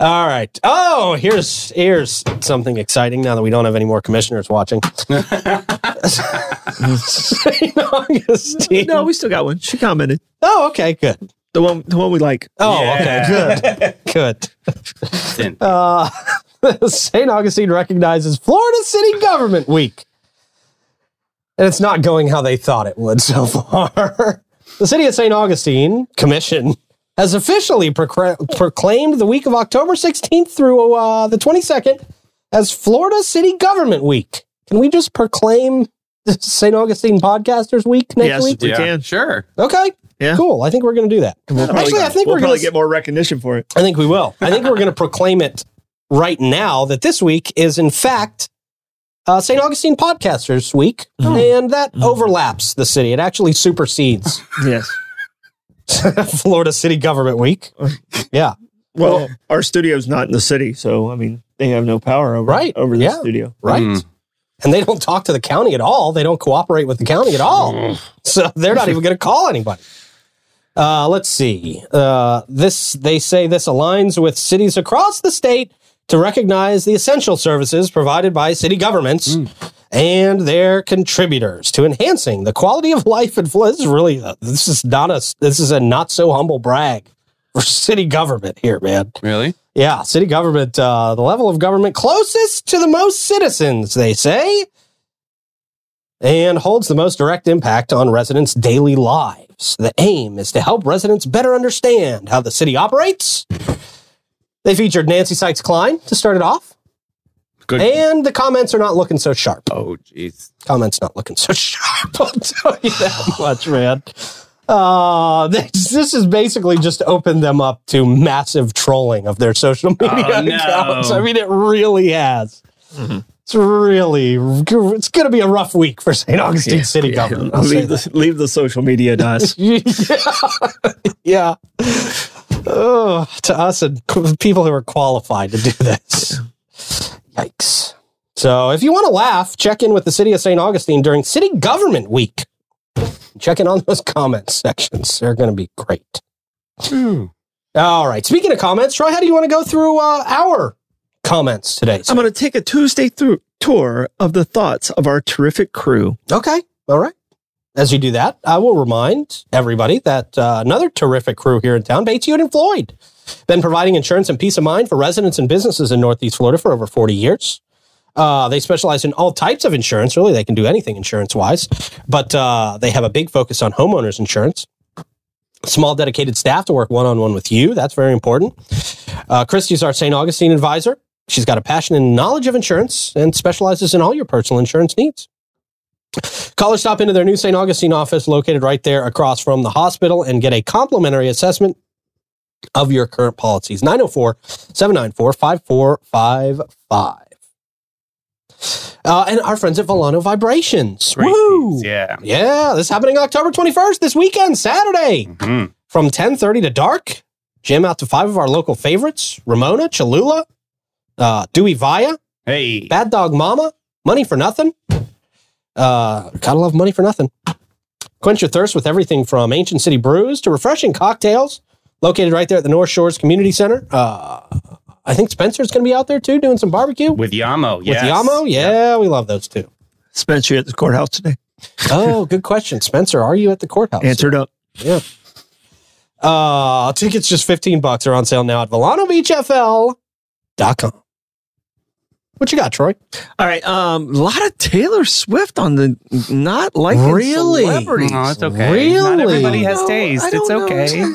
[SPEAKER 1] All right. Oh, here's here's something exciting. Now that we don't have any more commissioners watching, St. Augustine.
[SPEAKER 3] No, we still got one. She commented.
[SPEAKER 1] Oh, okay, good.
[SPEAKER 3] The one, the one we like.
[SPEAKER 1] Oh,
[SPEAKER 4] Yeah.
[SPEAKER 1] okay, good, good.
[SPEAKER 4] Sin.
[SPEAKER 1] Uh, St. Augustine recognizes Florida City Government Week. And it's not going how they thought it would so far. the city of St. Augustine Commission has officially procra- proclaimed the week of October 16th through uh, the 22nd as Florida City Government Week. Can we just proclaim St. Augustine Podcasters Week next
[SPEAKER 3] Yes.
[SPEAKER 1] week?
[SPEAKER 3] We
[SPEAKER 4] yeah.
[SPEAKER 3] can.
[SPEAKER 4] Sure.
[SPEAKER 1] Okay.
[SPEAKER 3] Yeah.
[SPEAKER 1] Cool. I think we're going to do that.
[SPEAKER 3] Probably-
[SPEAKER 1] Actually, I think
[SPEAKER 3] we'll
[SPEAKER 1] we're
[SPEAKER 3] probably
[SPEAKER 1] gonna-
[SPEAKER 3] get more recognition for it.
[SPEAKER 1] I think we will. I think we're going to proclaim it right now that this week is, in fact, uh, St. Augustine Podcasters Week, and that overlaps the city. It actually supersedes
[SPEAKER 2] Yes.
[SPEAKER 1] Florida City Government Week. Yeah,
[SPEAKER 3] Well, our studio's not in the city, so I mean, they have no power over
[SPEAKER 1] Right,
[SPEAKER 3] over the
[SPEAKER 1] yeah.
[SPEAKER 3] studio.
[SPEAKER 1] right.
[SPEAKER 4] Mm.
[SPEAKER 1] And they don't talk to the county at all. They don't cooperate with the county at all. so they're not even going to call anybody. Uh, let's see. Uh, this they say this aligns with cities across the state to recognize the essential services provided by city governments and their contributors to enhancing uh, the quality of life in Florida. This is really this is not a this is a not so humble brag for city government here, man.
[SPEAKER 4] Really?
[SPEAKER 1] Yeah, city government, uh, the level of government closest to the most citizens, they say, and holds the most direct impact on residents' daily lives. The aim is to help residents better understand how the city operates. They featured Nancy Sykes Klein to start it off.
[SPEAKER 4] Good.
[SPEAKER 1] And the comments are not looking so sharp.
[SPEAKER 4] Oh, jeez.
[SPEAKER 1] Comments not looking so sharp. I'll tell you that much, man. Uh, this, this has basically just opened them up to massive trolling of their social media
[SPEAKER 4] Oh, no.
[SPEAKER 1] accounts. I mean, it really has. It's really, it's going to be a rough week for St. Augustine City government. I'll say
[SPEAKER 3] leave the, leave the social media to us.
[SPEAKER 1] yeah. Oh, to us and qu- people who are qualified to do this. Yikes. So, if you want to laugh, check in with the city of St. Augustine during City Government Week. Check in on those comment sections. They're going to be great. All right. Speaking of comments, Troy, how do you want to go through uh, our comments today?
[SPEAKER 3] I'm going to take a Tuesday through tour of the thoughts of our terrific crew.
[SPEAKER 1] Okay. All right. As you do that, I will remind everybody that uh, another terrific crew here in town, Bates, Hewitt, and Floyd, been providing insurance and peace of mind for residents and businesses in Northeast Florida for over 40 years. Uh, they specialize in all types of insurance. Really, they can do anything insurance wise, but uh, they have a big focus on homeowners insurance. Small dedicated staff to work one on one with you. That's very important. Uh, Christy's our St. Augustine advisor. She's got a passion and knowledge of insurance and specializes in all your personal insurance needs. Callers stop into their new St. Augustine office located right there across from the hospital and get a complimentary assessment of your current policies. 904 794 5455. Uh, And our friends at Volano Vibrations.
[SPEAKER 4] Great
[SPEAKER 1] Woo!
[SPEAKER 4] beats, Yeah.
[SPEAKER 1] Yeah, this is happening October 21st, this weekend, Saturday.
[SPEAKER 4] Mhm.
[SPEAKER 1] From 10.30 to dark, jam out to five of our local favorites, Ramona, Cholula, uh, Dewey Via,
[SPEAKER 4] Hey.
[SPEAKER 1] Bad Dog Mama, Money for Nothing. Uh, gotta love Money for Nothing. Quench your thirst with everything from ancient city brews to refreshing cocktails located right there at the North Shores Community Center. Uh, I think Spencer's gonna be out there too doing some barbecue
[SPEAKER 4] With Yamo.
[SPEAKER 1] with
[SPEAKER 4] Yes.
[SPEAKER 1] Yamo. Yeah, we love those too.
[SPEAKER 3] Spence, you at the courthouse today?
[SPEAKER 1] Oh, good question. Spencer, are you at the courthouse?
[SPEAKER 3] Answered up.
[SPEAKER 1] Yeah. Uh, tickets just 15 bucks are on sale now at VolanoBeachFL.com. What you got, Troy?
[SPEAKER 3] All right. Um, a lot of Taylor Swift on the not liking
[SPEAKER 1] Really?
[SPEAKER 3] celebrities.
[SPEAKER 4] No, it's okay. Not
[SPEAKER 1] Really?
[SPEAKER 4] everybody has
[SPEAKER 3] No,
[SPEAKER 4] taste.
[SPEAKER 3] I
[SPEAKER 4] It's
[SPEAKER 3] don't know.
[SPEAKER 4] okay.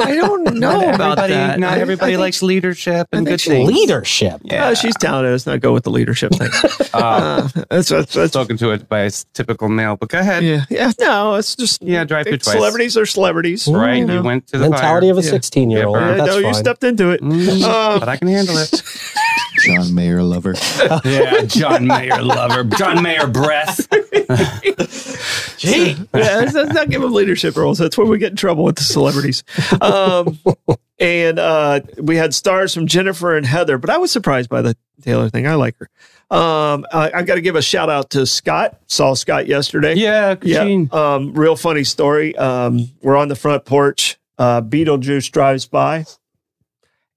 [SPEAKER 3] I don't know
[SPEAKER 4] Not
[SPEAKER 3] about
[SPEAKER 4] everybody-
[SPEAKER 3] that.
[SPEAKER 4] Not
[SPEAKER 3] I-
[SPEAKER 4] everybody
[SPEAKER 3] I think-
[SPEAKER 4] likes leadership
[SPEAKER 3] I
[SPEAKER 4] and
[SPEAKER 3] think
[SPEAKER 4] good
[SPEAKER 3] she
[SPEAKER 4] things.
[SPEAKER 1] Leadership.
[SPEAKER 4] Yeah.
[SPEAKER 3] Uh, she's talented. Let's not go with the leadership thing.
[SPEAKER 4] Uh,
[SPEAKER 3] Uh, that's, that's, that's,
[SPEAKER 4] Spoken to it by a s- typical male, but go ahead.
[SPEAKER 3] yeah, yeah. No, it's just
[SPEAKER 4] Yeah, drive through twice.
[SPEAKER 3] Celebrities are celebrities.
[SPEAKER 1] Ooh.
[SPEAKER 4] Right?
[SPEAKER 1] You
[SPEAKER 4] You
[SPEAKER 3] know,
[SPEAKER 4] went to the
[SPEAKER 1] Mentality
[SPEAKER 4] fire.
[SPEAKER 1] of a
[SPEAKER 3] Yeah.
[SPEAKER 1] 16 year old.
[SPEAKER 4] Yeah,
[SPEAKER 3] Yeah,
[SPEAKER 1] That's
[SPEAKER 3] no, you
[SPEAKER 1] fine.
[SPEAKER 3] stepped into it.
[SPEAKER 4] Mm,
[SPEAKER 3] Um,
[SPEAKER 4] but I can handle it.
[SPEAKER 5] John Mayer lover.
[SPEAKER 4] yeah, John Mayer lover, John Mayer breath.
[SPEAKER 1] Gee.
[SPEAKER 3] yeah, let's, let's not give them leadership roles. That's where we get in trouble with the celebrities. Um, and uh, we had stars from Jennifer and Heather, but I was surprised by the Taylor thing. I like her. Um, I, I got to give a shout out to Scott. Saw Scott yesterday.
[SPEAKER 4] Yeah,
[SPEAKER 3] Yeah.
[SPEAKER 4] Gene.
[SPEAKER 3] Um, real funny story. Um, we're on the front porch. Uh, Beetlejuice drives by,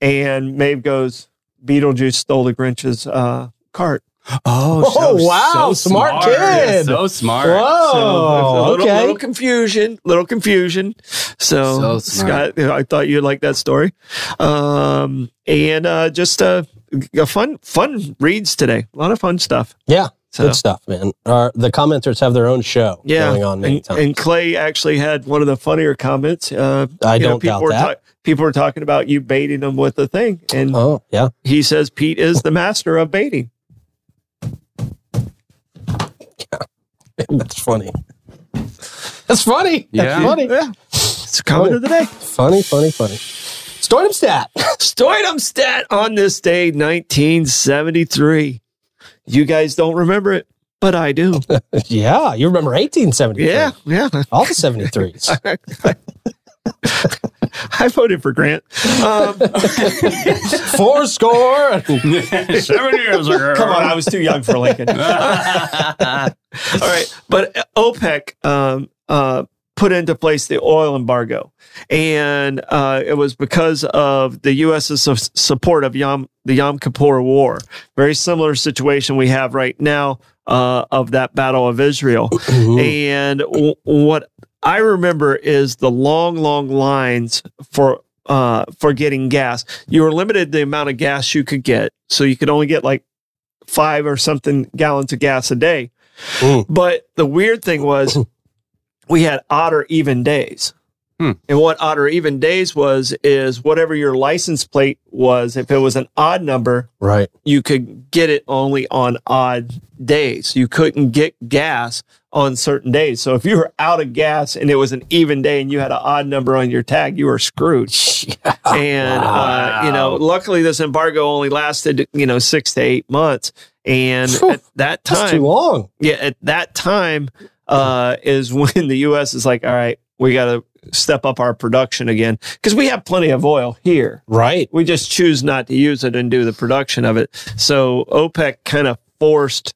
[SPEAKER 3] and Maeve goes, Beetlejuice stole the Grinch's uh, cart.
[SPEAKER 1] Oh, wow. smart, kid.
[SPEAKER 4] So smart.
[SPEAKER 1] Whoa.
[SPEAKER 3] a little,
[SPEAKER 1] okay.
[SPEAKER 3] little confusion, little confusion. So,
[SPEAKER 4] So smart.
[SPEAKER 3] Scott, you know, I thought you'd like that story. Um, and uh, just uh, a fun, fun reads today. A lot of fun stuff.
[SPEAKER 1] yeah.
[SPEAKER 3] So,
[SPEAKER 1] Good stuff, man. Our, the commenters have their own show
[SPEAKER 3] yeah.
[SPEAKER 1] going on many
[SPEAKER 3] and,
[SPEAKER 1] times.
[SPEAKER 3] and Clay actually had one of the funnier comments. Uh,
[SPEAKER 1] I
[SPEAKER 3] you know,
[SPEAKER 1] don't
[SPEAKER 3] people
[SPEAKER 1] doubt
[SPEAKER 3] were
[SPEAKER 1] that.
[SPEAKER 3] ta- people were talking about you baiting them with the thing, and
[SPEAKER 1] oh, yeah.
[SPEAKER 3] he says Pete is the master of baiting.
[SPEAKER 1] That's funny. That's funny.
[SPEAKER 4] Yeah.
[SPEAKER 1] That's funny.
[SPEAKER 3] Yeah, it's
[SPEAKER 1] Oh.
[SPEAKER 3] a comment of the day.
[SPEAKER 1] Funny, funny, funny. Stardom stat.
[SPEAKER 3] Stoidamstat on this day, 1973. You guys don't remember it, but I do.
[SPEAKER 1] yeah. You remember 1873.
[SPEAKER 3] Yeah, yeah.
[SPEAKER 1] All the 73s.
[SPEAKER 3] I voted for Grant. Um,
[SPEAKER 1] Four score.
[SPEAKER 4] Seven years ago.
[SPEAKER 3] come on, I was too young for Lincoln. Um, All right, but OPEC um, uh, put into place the oil embargo, and uh, it was because of the U.S.'s su- support of Yom, the Yom Kippur War. Very similar situation we have right now uh, of that battle of Israel.
[SPEAKER 1] Mm-hmm.
[SPEAKER 3] And w- what I remember is the long, long lines for uh, for getting gas. You were limited the amount of gas you could get, so you could only get like five or something gallons of gas a day.
[SPEAKER 1] Mm.
[SPEAKER 3] But the weird thing was, we had odd or even days.
[SPEAKER 4] Hmm.
[SPEAKER 3] And what odd or even days was is whatever your license plate was. If it was an odd number,
[SPEAKER 1] Right.
[SPEAKER 3] you could get it only on odd days. You couldn't get gas on certain days. So if you were out of gas and it was an even day and you had an odd number on your tag, you were screwed. And uh, you know,
[SPEAKER 4] Wow.
[SPEAKER 3] luckily this embargo only lasted you know six to eight months. And
[SPEAKER 1] Phew,
[SPEAKER 3] at that
[SPEAKER 1] That's too
[SPEAKER 3] time,
[SPEAKER 1] long.
[SPEAKER 3] yeah, at that time uh, is when the U.S. is like, all right, we got to step up our production again because we have plenty of oil here
[SPEAKER 1] Right.
[SPEAKER 3] we just choose not to use it and do the production of it. So OPEC kind of forced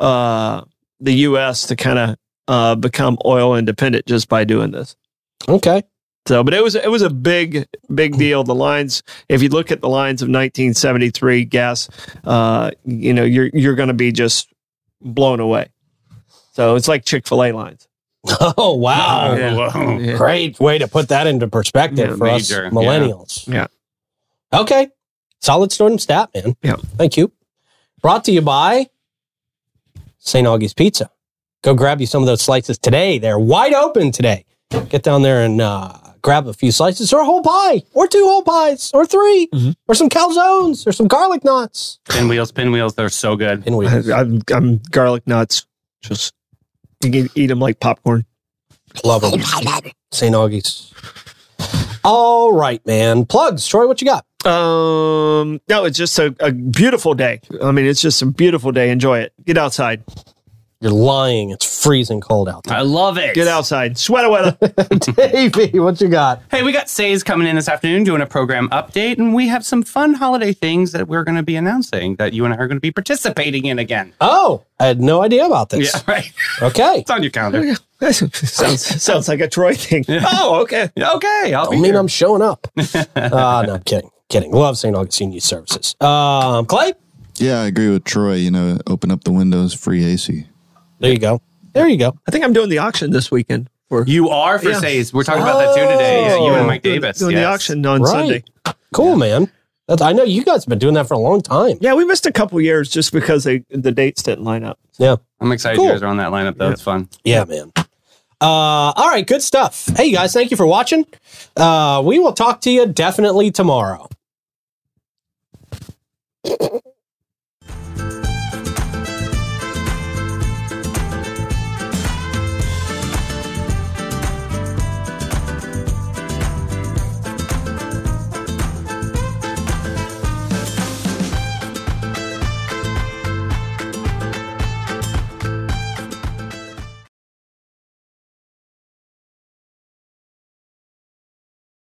[SPEAKER 3] uh, the U.S. to kind of uh, become oil independent just by doing this.
[SPEAKER 1] Okay.
[SPEAKER 3] So, but it was it was a big big deal. The lines, if you look at the lines of 1973 gas, uh, you know you're you're going to be just blown away. So it's like Chick Fil A lines.
[SPEAKER 1] Oh wow.
[SPEAKER 3] Yeah.
[SPEAKER 4] Whoa.
[SPEAKER 3] Yeah.
[SPEAKER 1] Great way to put that into perspective
[SPEAKER 3] Yeah,
[SPEAKER 1] for
[SPEAKER 4] major.
[SPEAKER 1] us millennials.
[SPEAKER 3] Yeah.
[SPEAKER 1] Okay. Solid stone stat, man.
[SPEAKER 3] Yeah.
[SPEAKER 1] Thank you. Brought to you by St. Augie's Pizza. Go grab you some of those slices today. They're wide open today. Get down there and uh, grab a few slices or a whole pie or two whole pies or 3
[SPEAKER 3] Mhm.
[SPEAKER 1] or some calzones or some garlic knots.
[SPEAKER 4] Pinwheels, pinwheels, they're so good.
[SPEAKER 1] And we
[SPEAKER 3] I'm, I'm garlic nuts. Just you can eat them like popcorn.
[SPEAKER 1] love them. St. Augie's. All right, man. Plugs. Troy, what you got?
[SPEAKER 3] Um, no, it's just a, a beautiful day. I mean, it's just a beautiful day. Enjoy it. Get outside.
[SPEAKER 1] You're lying. It's freezing cold out there.
[SPEAKER 4] I love it.
[SPEAKER 3] Get outside. Sweat a weather.
[SPEAKER 1] Davey, what you got?
[SPEAKER 4] Hey, we got Say's coming in this afternoon doing a program update, and we have some fun holiday things that we're going to be announcing that you and I are going to be participating in again.
[SPEAKER 1] Oh, I had no idea about this.
[SPEAKER 4] Yeah, right.
[SPEAKER 1] Okay.
[SPEAKER 4] It's on your calendar.
[SPEAKER 3] sounds sounds like a Troy thing. Oh, okay.
[SPEAKER 4] Okay, I'll
[SPEAKER 1] I
[SPEAKER 4] be
[SPEAKER 1] mean,
[SPEAKER 4] here.
[SPEAKER 1] I'm showing up. uh, no, I'm kidding. Kidding. Love St. Augustine Youth Services. Um, Clay,
[SPEAKER 5] Yeah, I agree with Troy. You know, open up the windows, free AC.
[SPEAKER 1] there you go. There you go.
[SPEAKER 3] I think I'm doing the auction this weekend. For
[SPEAKER 4] You are for
[SPEAKER 3] Yeah. Oh.
[SPEAKER 4] Say's. We're talking about that too today. Yeah, you and Mike
[SPEAKER 3] doing,
[SPEAKER 4] Davis.
[SPEAKER 3] doing the
[SPEAKER 4] yes.
[SPEAKER 3] auction on
[SPEAKER 1] Right.
[SPEAKER 3] Sunday.
[SPEAKER 1] Cool, man. That's, I know you guys have been doing that for a long time.
[SPEAKER 3] Yeah, we missed a couple years just because they, the dates didn't line up.
[SPEAKER 1] Yeah.
[SPEAKER 4] I'm excited
[SPEAKER 1] Cool.
[SPEAKER 4] you guys are on that lineup. though. It's fun.
[SPEAKER 1] Yeah, man. Uh, all right, good stuff. Hey, you guys, thank you for watching. Uh, we will talk to you definitely tomorrow.